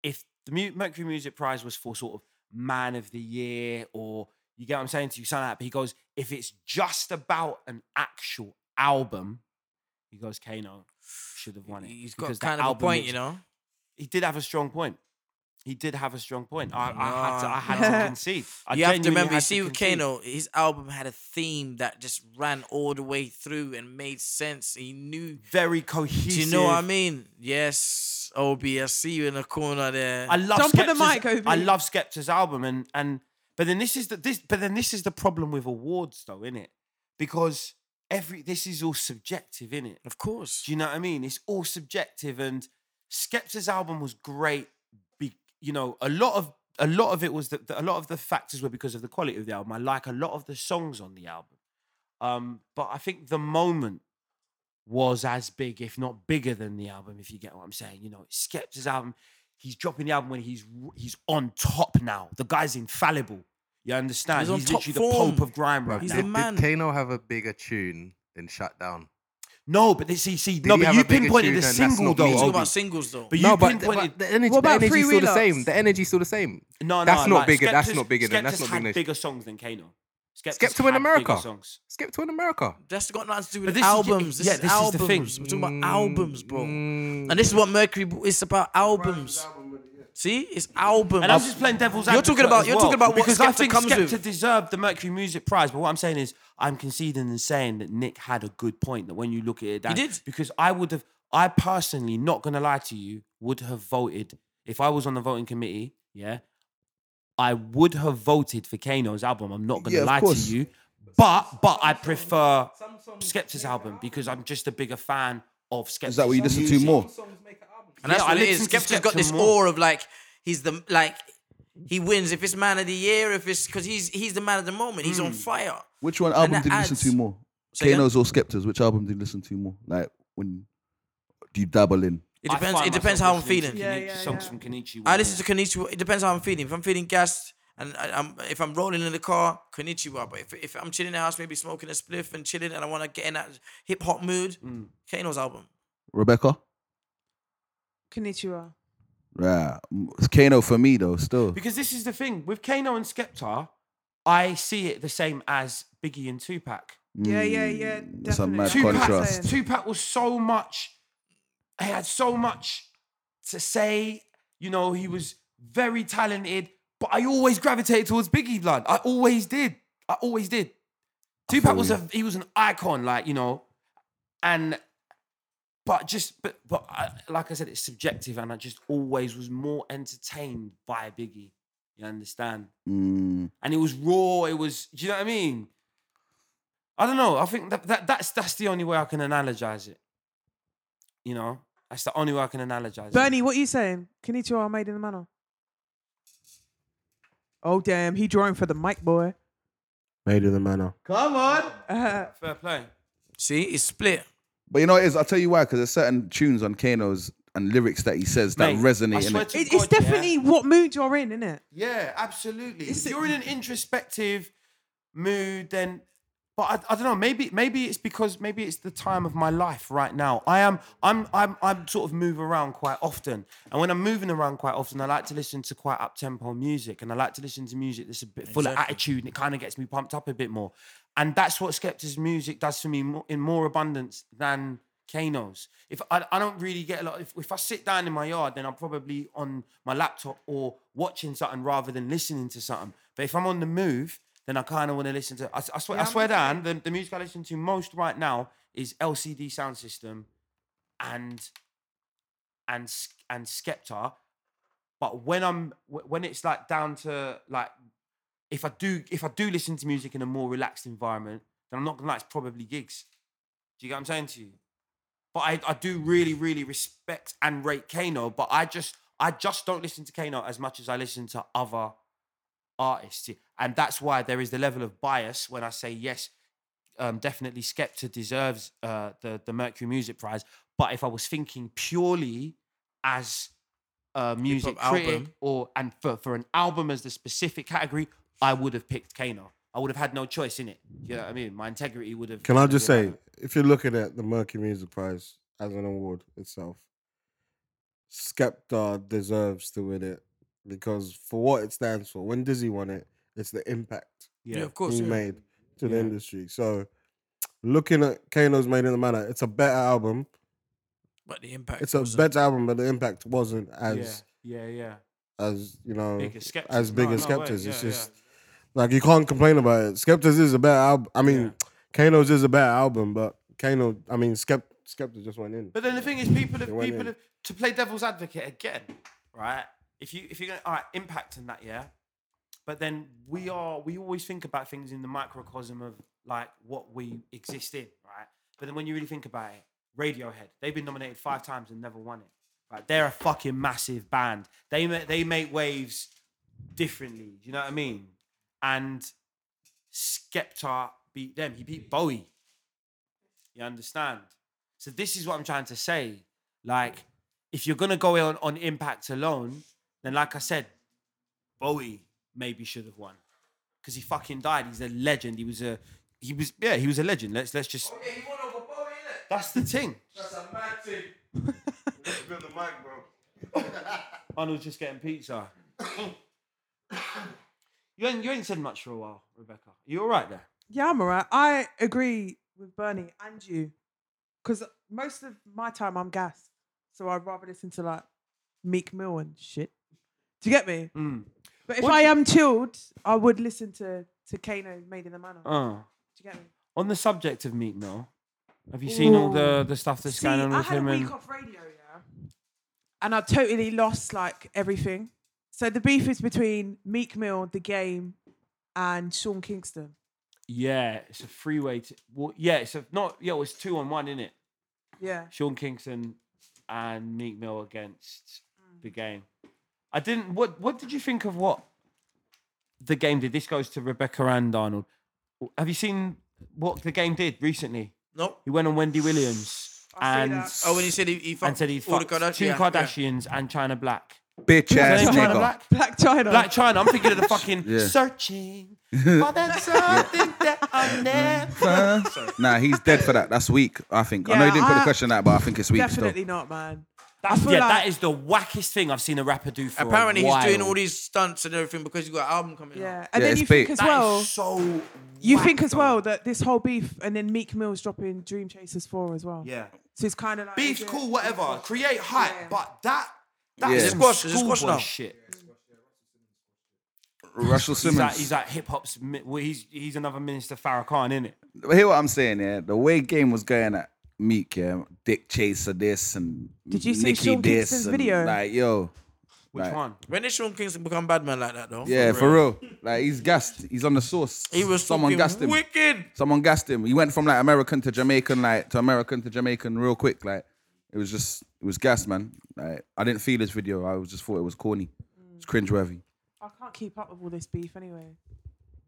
if the Mu- Mercury Music Prize was for sort of man of the year or you get what I'm saying to you something like that but he goes if it's just about an actual album he goes Kano should have won it He's got because the kind of a album point, was- you know. he did have a strong point he did have a strong point I, I had to I had Nah. to concede I you have to genuinely remember, you had see, with concede. Kano, his album had a theme that just ran all the way through and made sense. He knew. very Do cohesive you know what I mean? Yes, Obi, I see you in the corner there. I love Jump on the Skepta's- mic, Obi. I love Skepta's album, and and but then this is the this but then this is the problem with awards, though, isn't it? Because every this is all subjective, isn't it? of course. Do you know what I mean? It's all subjective, and Skepta's album was great. Be, you know, a lot of a lot of it was that a lot of the factors were because of the quality of the album. I like a lot of the songs on the album, um, but I think the moment was as big, if not bigger, than the album. If you get what I'm saying, you know, Skepta's album. He's dropping the album when he's r- he's on top now. The guy's infallible. You understand? He's He's, on top literally form. the pope of grime right He's now. the Did, man. did Kano have a bigger tune than Shut Down? no, but this, see, see, Did no, he but have you a bigger pinpointed tune a than That's single Not though. Me? You talk Obi. about singles though. But no, you but, pinpointed. but the What energy, the about energy's Free still the Relapse? same. The energy's still the same. no, no, that's not like, bigger, that's Skepta's- not bigger than- that's Skepta's not had bigger than- bigger songs than Kano. Skepta in had bigger America. songs. Skip to in America. That's got nothing to do But with this is- albums. yeah, this this is is the albums. thing. Mm. We're talking about albums, bro. And this is what Mercury. It's about albums. See, it's albums. And I'm just playing devil's You're advocate. talking about- as you're well, talking about what because I Skepta think comes Skepta with. deserved the Mercury Music Prize. But what I'm saying is, I'm conceding and saying that Nick had a good point. That when you look at it, down, did. because I would have, I personally, not gonna lie to you, would have voted if I was on the voting committee. Yeah, I would have voted for Kano's album. I'm not gonna Yeah, of lie course. to you, but but I prefer Skepta's album because I'm just a bigger fan of Skepta's. Is that what you listen to more? And that's Yeah, I what it is. listened to Skepta's got Skepta this more. aura of like he's the like he wins if it's man of the year, if it's because he's he's the man of the moment. He's Hmm. on fire. Which one album that did you listen adds- to more? again? Kano's or Skepta's? Which album did you listen to more? Like when do you dabble in? It I depends. find It myself depends how I'm listening to feeling. Yeah, Kenichi- yeah, songs yeah. from Kenichi. I listen to Konnichiwa. It depends how I'm feeling. If I'm feeling gassed and I, I'm if I'm rolling in the car, Konnichiwa. But if, if I'm chilling in the house, maybe smoking a spliff and chilling, and I want to get in that hip hop mood, Hmm. Kano's album. Rebecca? Konnichiwa. Yeah. Mm, It's Kano for me though, still. Because this is the thing with Kano and Skepta, I see it the same as Biggie and Tupac. Yeah, yeah, yeah. That's Mm, definitely. a mad That's Two what I'm contrast. saying. Tupac was so much. He had so much to say. You know, he was very talented, but I always gravitated towards Biggie. Blood. I always did. I always did. Tupac was a he was an icon, like you know, and but just but but I, like I said, it's subjective, and I just always was more entertained by Biggie. You understand? Mm, and it was raw. It was, do you know what I mean? I don't know. I think that, that that's that's the only way I can analogize it. You know, that's the only way I can analogize Bernie, what are you saying? Konnichiwa are made in the manor. Oh damn, he drawing for the mic boy. Made in the manor. Uh, it. Fair play. See, it's split. but you know what it is? I'll tell you why. Because there's certain tunes on Kano's and lyrics that he says that Mate, I resonate. swear innit? to it, God, it's definitely yeah. what mood you're in, isn't it? Yeah, absolutely. It's if a- you're in an introspective mood, then but I, I don't know. Maybe maybe it's because maybe it's the time of my life right now. I am I'm I'm I'm sort of move around quite often, and when I'm moving around quite often, I like to listen to quite up tempo music, and I like to listen to music that's a bit full of Exactly. attitude, and it kind of gets me pumped up a bit more. And that's what Skepta's music does for me mo- in more abundance than Kano's. If I, I don't really get a lot, if, if I sit down in my yard, then I'm probably on my laptop or watching something rather than listening to something. But if I'm on the move, then I kind of want to listen to. I, s- I swear, I swear down, the, the music I listen to most right now is LCD Sound System, and and S- and Skepta. But when I'm wh- when it's like down to like if I do if I do listen to music in a more relaxed environment, then I'm not gonna lie, it's probably gigs. Do you get what I'm saying to you? But I, I do really, really respect and rate Kano, but I just I just don't listen to Kano as much as I listen to other artists. And that's why there is the level of bias when I say yes, um, definitely Skepta deserves uh, the, the Mercury Music Prize. But if I was thinking purely as a music critic album. or and for, for an album as the specific category, I would have picked Kano. I would have had no choice in it. You know what I mean? My integrity would have. Can I would just have say, if you're looking at the Mercury Music Prize as an award itself, Skepta deserves to win it because for what it stands for, when Dizzy won it, it's the impact Yeah, of course. he Yeah. made to the Yeah. industry. So, looking at Kano's Made in the Manor, it's a better album. But the impact. It's a wasn't- better album, but the impact wasn't as yeah, yeah, as you know Big as Skepta. as big No, as no way. Skepta's. Yeah, it's yeah. just like you can't complain about it. Skepta's is a better album. I mean, Kano's is a better album, but Kano, I mean, Skept Skepta just went in. But then the thing is, people have They went people in. have to play devil's advocate again, right? If you if you're gonna all right, impact on that, yeah. But then we are we always think about things in the microcosm of like what we exist in, right? But then when you really think about it, Radiohead, they've been nominated five times and never won it. Right? They're a fucking massive band. They ma- they make waves differently. Do you know what I mean? And Skepta beat them. He beat Bowie. You understand? So this is what I'm trying to say. Like, if you're gonna go on on impact alone, then like I said, Bowie maybe should have won because he fucking died. He's a legend. He was a he was yeah he was a legend. Let's let's just. yeah, he won over Bowie. That's the thing. Arnold's just getting pizza. you ain't you ain't said much for a while, Rebecca. You all right there? Yeah, I'm alright. I agree with Bernie and you, because most of my time I'm gassed, so I'd rather listen to like Meek Mill and shit. Do you get me? Mm. But if What- I am chilled, I would listen to to Kano Made in the Manor. Do Uh. you get me? On the subject of meat, no. Have you seen all Ooh. the, the stuff that's See, going on I with had him? a week and off radio, yeah, and I totally lost like everything. So the beef is between Meek Mill, The Game, and Sean Kingston. yeah, it's a freeway to. Well, yeah, it's a not. Yeah, well, it's two on one, isn't it? Yeah, Sean Kingston and Meek Mill against Mm. the game. I didn't. What What did you think of what the game did? This goes to Rebecca and Arnold. Have you seen what the game did recently? Nope. He went on Wendy Williams I see and that. Oh, when he said he, he fucked and said he all the fucked Kardashians. two yeah, yeah. Kardashians and China Black. Bitch Was ass her name China nigga. Black. Black China. Black China. I'm thinking of the fucking Yeah. searching for that something that I'm Mm. never. Huh? nah, he's dead for that. That's weak, I think. I know Yeah, Ah, you didn't put the I- question out, but I think it's weak Definitely not, man. I feel yeah, like that is the wackest thing I've seen a rapper do for Apparently, a he's while. doing all these stunts and everything because he's got an album coming out. yeah, and Yeah, then it's you think big. as That is well. so. You whack, think as though. well that this whole beef and then Meek Mill's dropping Dream Chasers 4 as well. Yeah. So it's kind of like. Beef's is it- cool, whatever. Create hype, Yeah. but that that Yeah. is It's some squash, it's schoolboy squash now. shit. Russell He's Simmons. like, he's like hip hop's. mi- Well, he's he's another Minister Farrakhan, isn't it? But hear what I'm saying, yeah. The way game was going at Meek, yeah, Dick Chaser this and Did you see Nicki Sean this Kingston's and, video? Like, yo, Which Right. one? When did Sean Kingston become bad man like that though? yeah, for real. Like he's gassed. He's on the source. He was someone fucking gassed him. Wicked. Someone gassed him. He went from like American to Jamaican, like to American to Jamaican, real quick. Like it was just, it was gas, man. Like I didn't feel this video. I was just thought it was corny. It's cringeworthy. I can't keep up with all this beef anyway.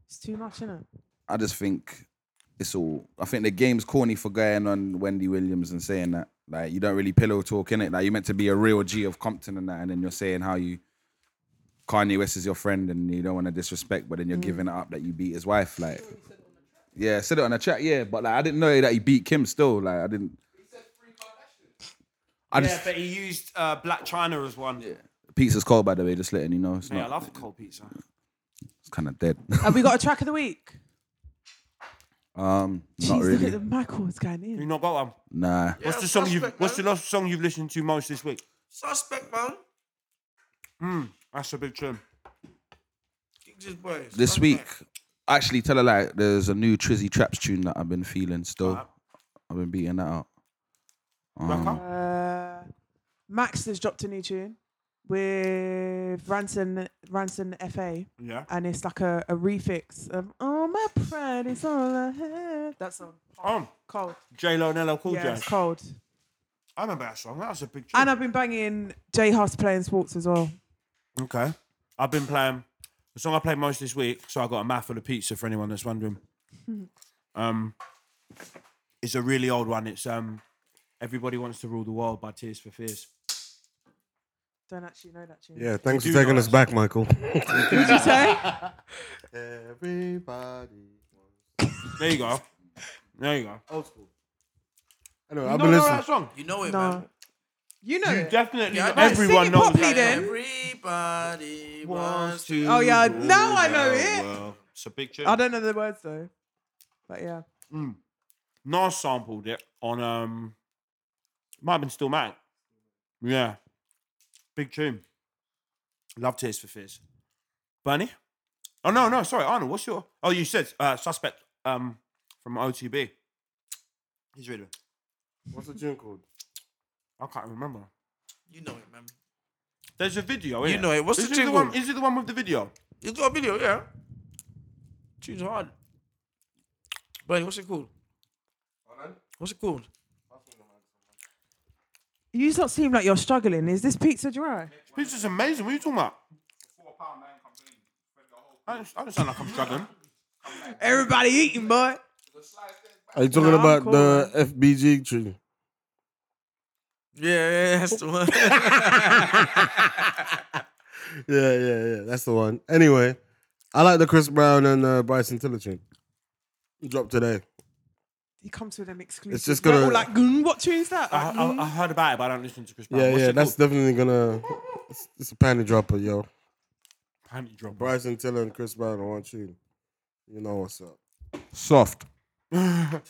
It's too much, isn't it? I just think it's all. I think the game's corny for going on Wendy Williams and saying that like you don't really pillow talk in it. Like you meant to be a real G of Compton and that, and then you're saying how you Kanye West is your friend and you don't want to disrespect, but then you're giving it up that you beat his wife. Like, yeah, I said it on the chat. Yeah, but like I didn't know that he beat Kim. Still, like I didn't. I yeah, just but he used uh, Black China as one. Yeah. pizza's cold by the way. Just letting you know, it's Mate, I not. love cold pizza. It's kind of dead. Have we got a track of the week? um, not Jeez, look at really. the Michael's going You in. not got one. Nah. What's Yeah, the song you? Suspect, What's the man. last song you've listened to most this week? Suspect man. That's a big tune. Kick this boy. this Suspect. week, actually, tell her like there's a new Trizzy Traps tune that I've been feeling still. I've been beating that Um, out. Rack up. Uh, Max has dropped a new tune with Ranson, Ranson FA, Yeah. and it's like a, a refix of Oh My Pride is All I Have. That song. Oh, Cold. J Lo and LL Cool Yeah, it's J. cold. I remember that song. That was a big tune. And I've been banging J Huss playing sports as well. Okay. I've been playing the song I played most this week, so I got a mouthful of pizza for anyone that's wondering. Um it's a really old one. It's um Everybody Wants to Rule the World by Tears for Fears. Don't actually know that tune. Yeah, thanks for do taking know us back, Michael. What did you say? Everybody. There you go. There you Oh, go. Old school. Anyway, You I've don't been know that listening. song. You know it, man. No. You know You it. definitely Yeah, I know- don't sing everyone it knows properly that then. Everybody Wants wants to. Oh yeah, rule now I the know it. world. It's a big tune. I don't know the words though. But yeah. Nas sampled it on um might have been Still Mac. Yeah. Big tune. Love Tears for Fears. Bernie? Oh no, no, sorry, Arnold, what's your Oh you said uh suspect um from OTB. He's reading. What's the tune called? I can't remember. You know it, man. There's a video, You innit? know it. What's the is it the jingle? one is it the one with the video? You got a video, yeah. Tune's hard. Bernie, what's it called? What's it called? You just not seem like you're struggling. Is this pizza dry? This is amazing. What are you talking about? I don't, I don't sound like I'm struggling. Everybody eating, boy. Are you talking Nah, I'm about cool, the FBG tree? Yeah, yeah, that's the one. Yeah, yeah, yeah. That's the one. Anyway, I like the Chris Brown and uh, Bryson Tiller tune. Dropped today. He comes with an exclusive. It's just We're gonna- Uh-huh. all like, "Mm, what tune is that? I, Like, I, mm. I heard about it, but I don't listen to Chris Brown. Yeah, Uh, What's yeah. it That's called? definitely gonna. It's, it's a panty dropper, yo. Panty drop. Bryson Tiller and Chris Brown on one tune. You know what's up? Soft. Have,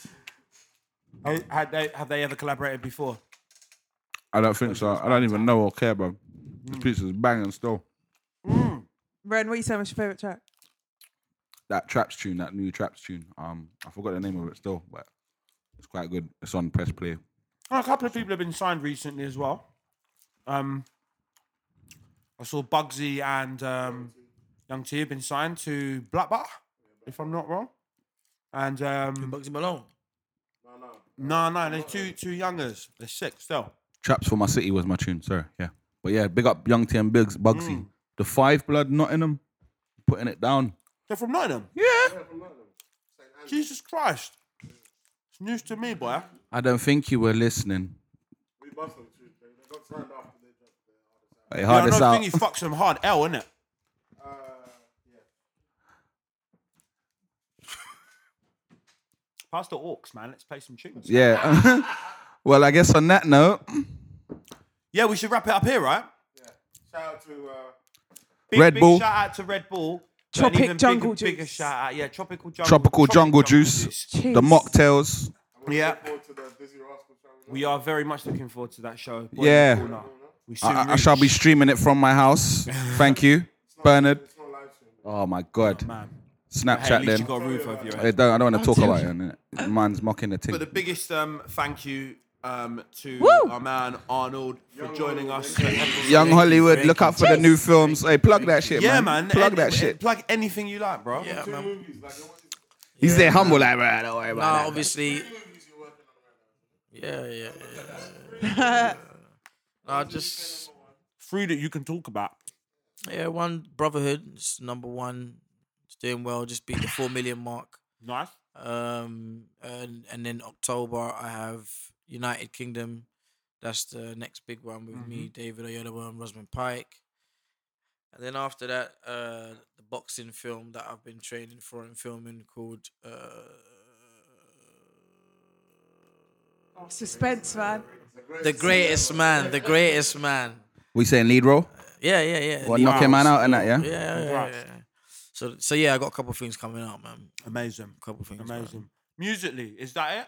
had they, have they ever collaborated before? I don't think so. I don't even know or care, bro. This pizza's banging still. Ren, what you saying? What's your favorite track? That traps tune, that new traps tune. Um, I forgot the name of it still, but it's quite good. It's on press play. Well, a couple of people have been signed recently as well. Um, I saw Bugsy and um, Young T have been signed to Black Bar, if I'm not wrong. And um, Bugsy Malone. no, no, they're two two youngers. They're sick still. Traps for my city was my tune. Sorry, yeah. But yeah, big up Young T and Biggs, Bugsy, the Five Blood Nottingham, putting it down. They're from Nottingham. Yeah. Jesus Christ, it's news to me, boy. I don't think you were listening. We bust them too. They got signed after they dropped. Hey, hard yeah, this I out. think he fucks them hard. L, innit? Pass the orcs, man. Let's play some tunes. Yeah. well, I guess on that note, Yeah, we should wrap it up here, right? Shout out to uh, Big, Red big Bull. Shout out to Red Bull. but Tropic an even Jungle bigger, Bigger Juice. shout out, yeah. Tropical jungle. Tropical Jungle Juice, the Jeez. mocktails. Yeah, to the Busy Rascal channel. we are very much looking forward to that show. Boys in the Yeah. Corner. We soon I, I- I shall be reach. streaming it from my house. Thank you, Bernard. It's not live stream. Oh my god, Man, hey, at Snapchat least you then. got a roof over your head. I don't, I don't want to talk about it. innit? Man's mocking the thing. But the biggest um, thank you um, to Woo! our man Arnold for joining us. Young Thank you, Hollywood, thank look you. out for the new films. Hey, plug that shit, Yeah, man. man. Plug Any- eh, that shit. Plug anything you like, bro. Yeah, man. He's there humble like, right, don't worry Nah, about that. obviously. Yeah, yeah, yeah. Nah, just Three that you can talk about. yeah. One brotherhood. It's number one. It's doing well. Just beat the four million mark. Nice. Um, and and then October I have United Kingdom. That's the next big one with Mm-hmm. me, David Oyelowo and Rosamund Pike. And then after that, uh, the boxing film that I've been training for and filming called uh, Suspense, man. The Greatest Man. The Greatest Man. We saying lead role? Yeah, yeah, yeah. What, Lee knock him man Miles. out and that, yeah? Yeah, yeah, yeah, Congrats. yeah. So, so yeah, I got a couple of things coming out, man. Amazing. A couple of things. man. Amazing. Musically, is that it?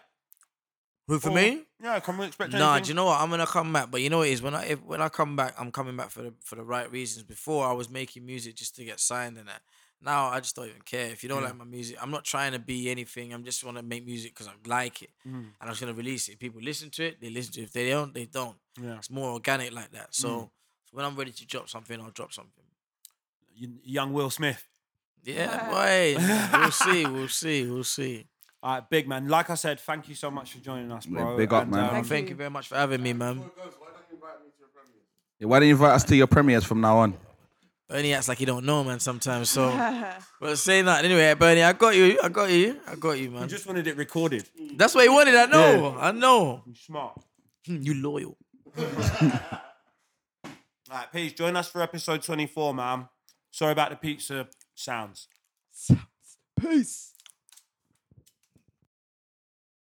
Who for Or- me? Yeah, can we expect Nah, do you anything? know what? I'm gonna come back, but you know what it is when I if, when I come back, I'm coming back for the for the right reasons. Before I was making music just to get signed and that. Now I just don't even care. If you don't like my music, I'm not trying to be anything. I'm just want to make music because I like it, and I'm just gonna release it. People listen to it, they listen to it. If they don't, they don't. Yeah. It's more organic like that. So when I'm ready to drop something, I'll drop something. Y- Young Will Smith. Yeah, boy. we'll see. We'll see. We'll see. All right, big man. Like I said, thank you so much for joining us, Yeah, bro. um, big up, man. Thank, Thank you. you. very much for having me, man. Yeah, Why don't you invite us to your premieres from now on? Bernie acts like he don't know, man. Sometimes, so but say that anyway, Bernie. I got you. I got you. I got you, I man. just wanted it recorded. That's what he wanted. I know. I know. You smart. Hmm, You loyal. All right, peace. Join us for episode 24, man. Sorry about the pizza sounds. Peace.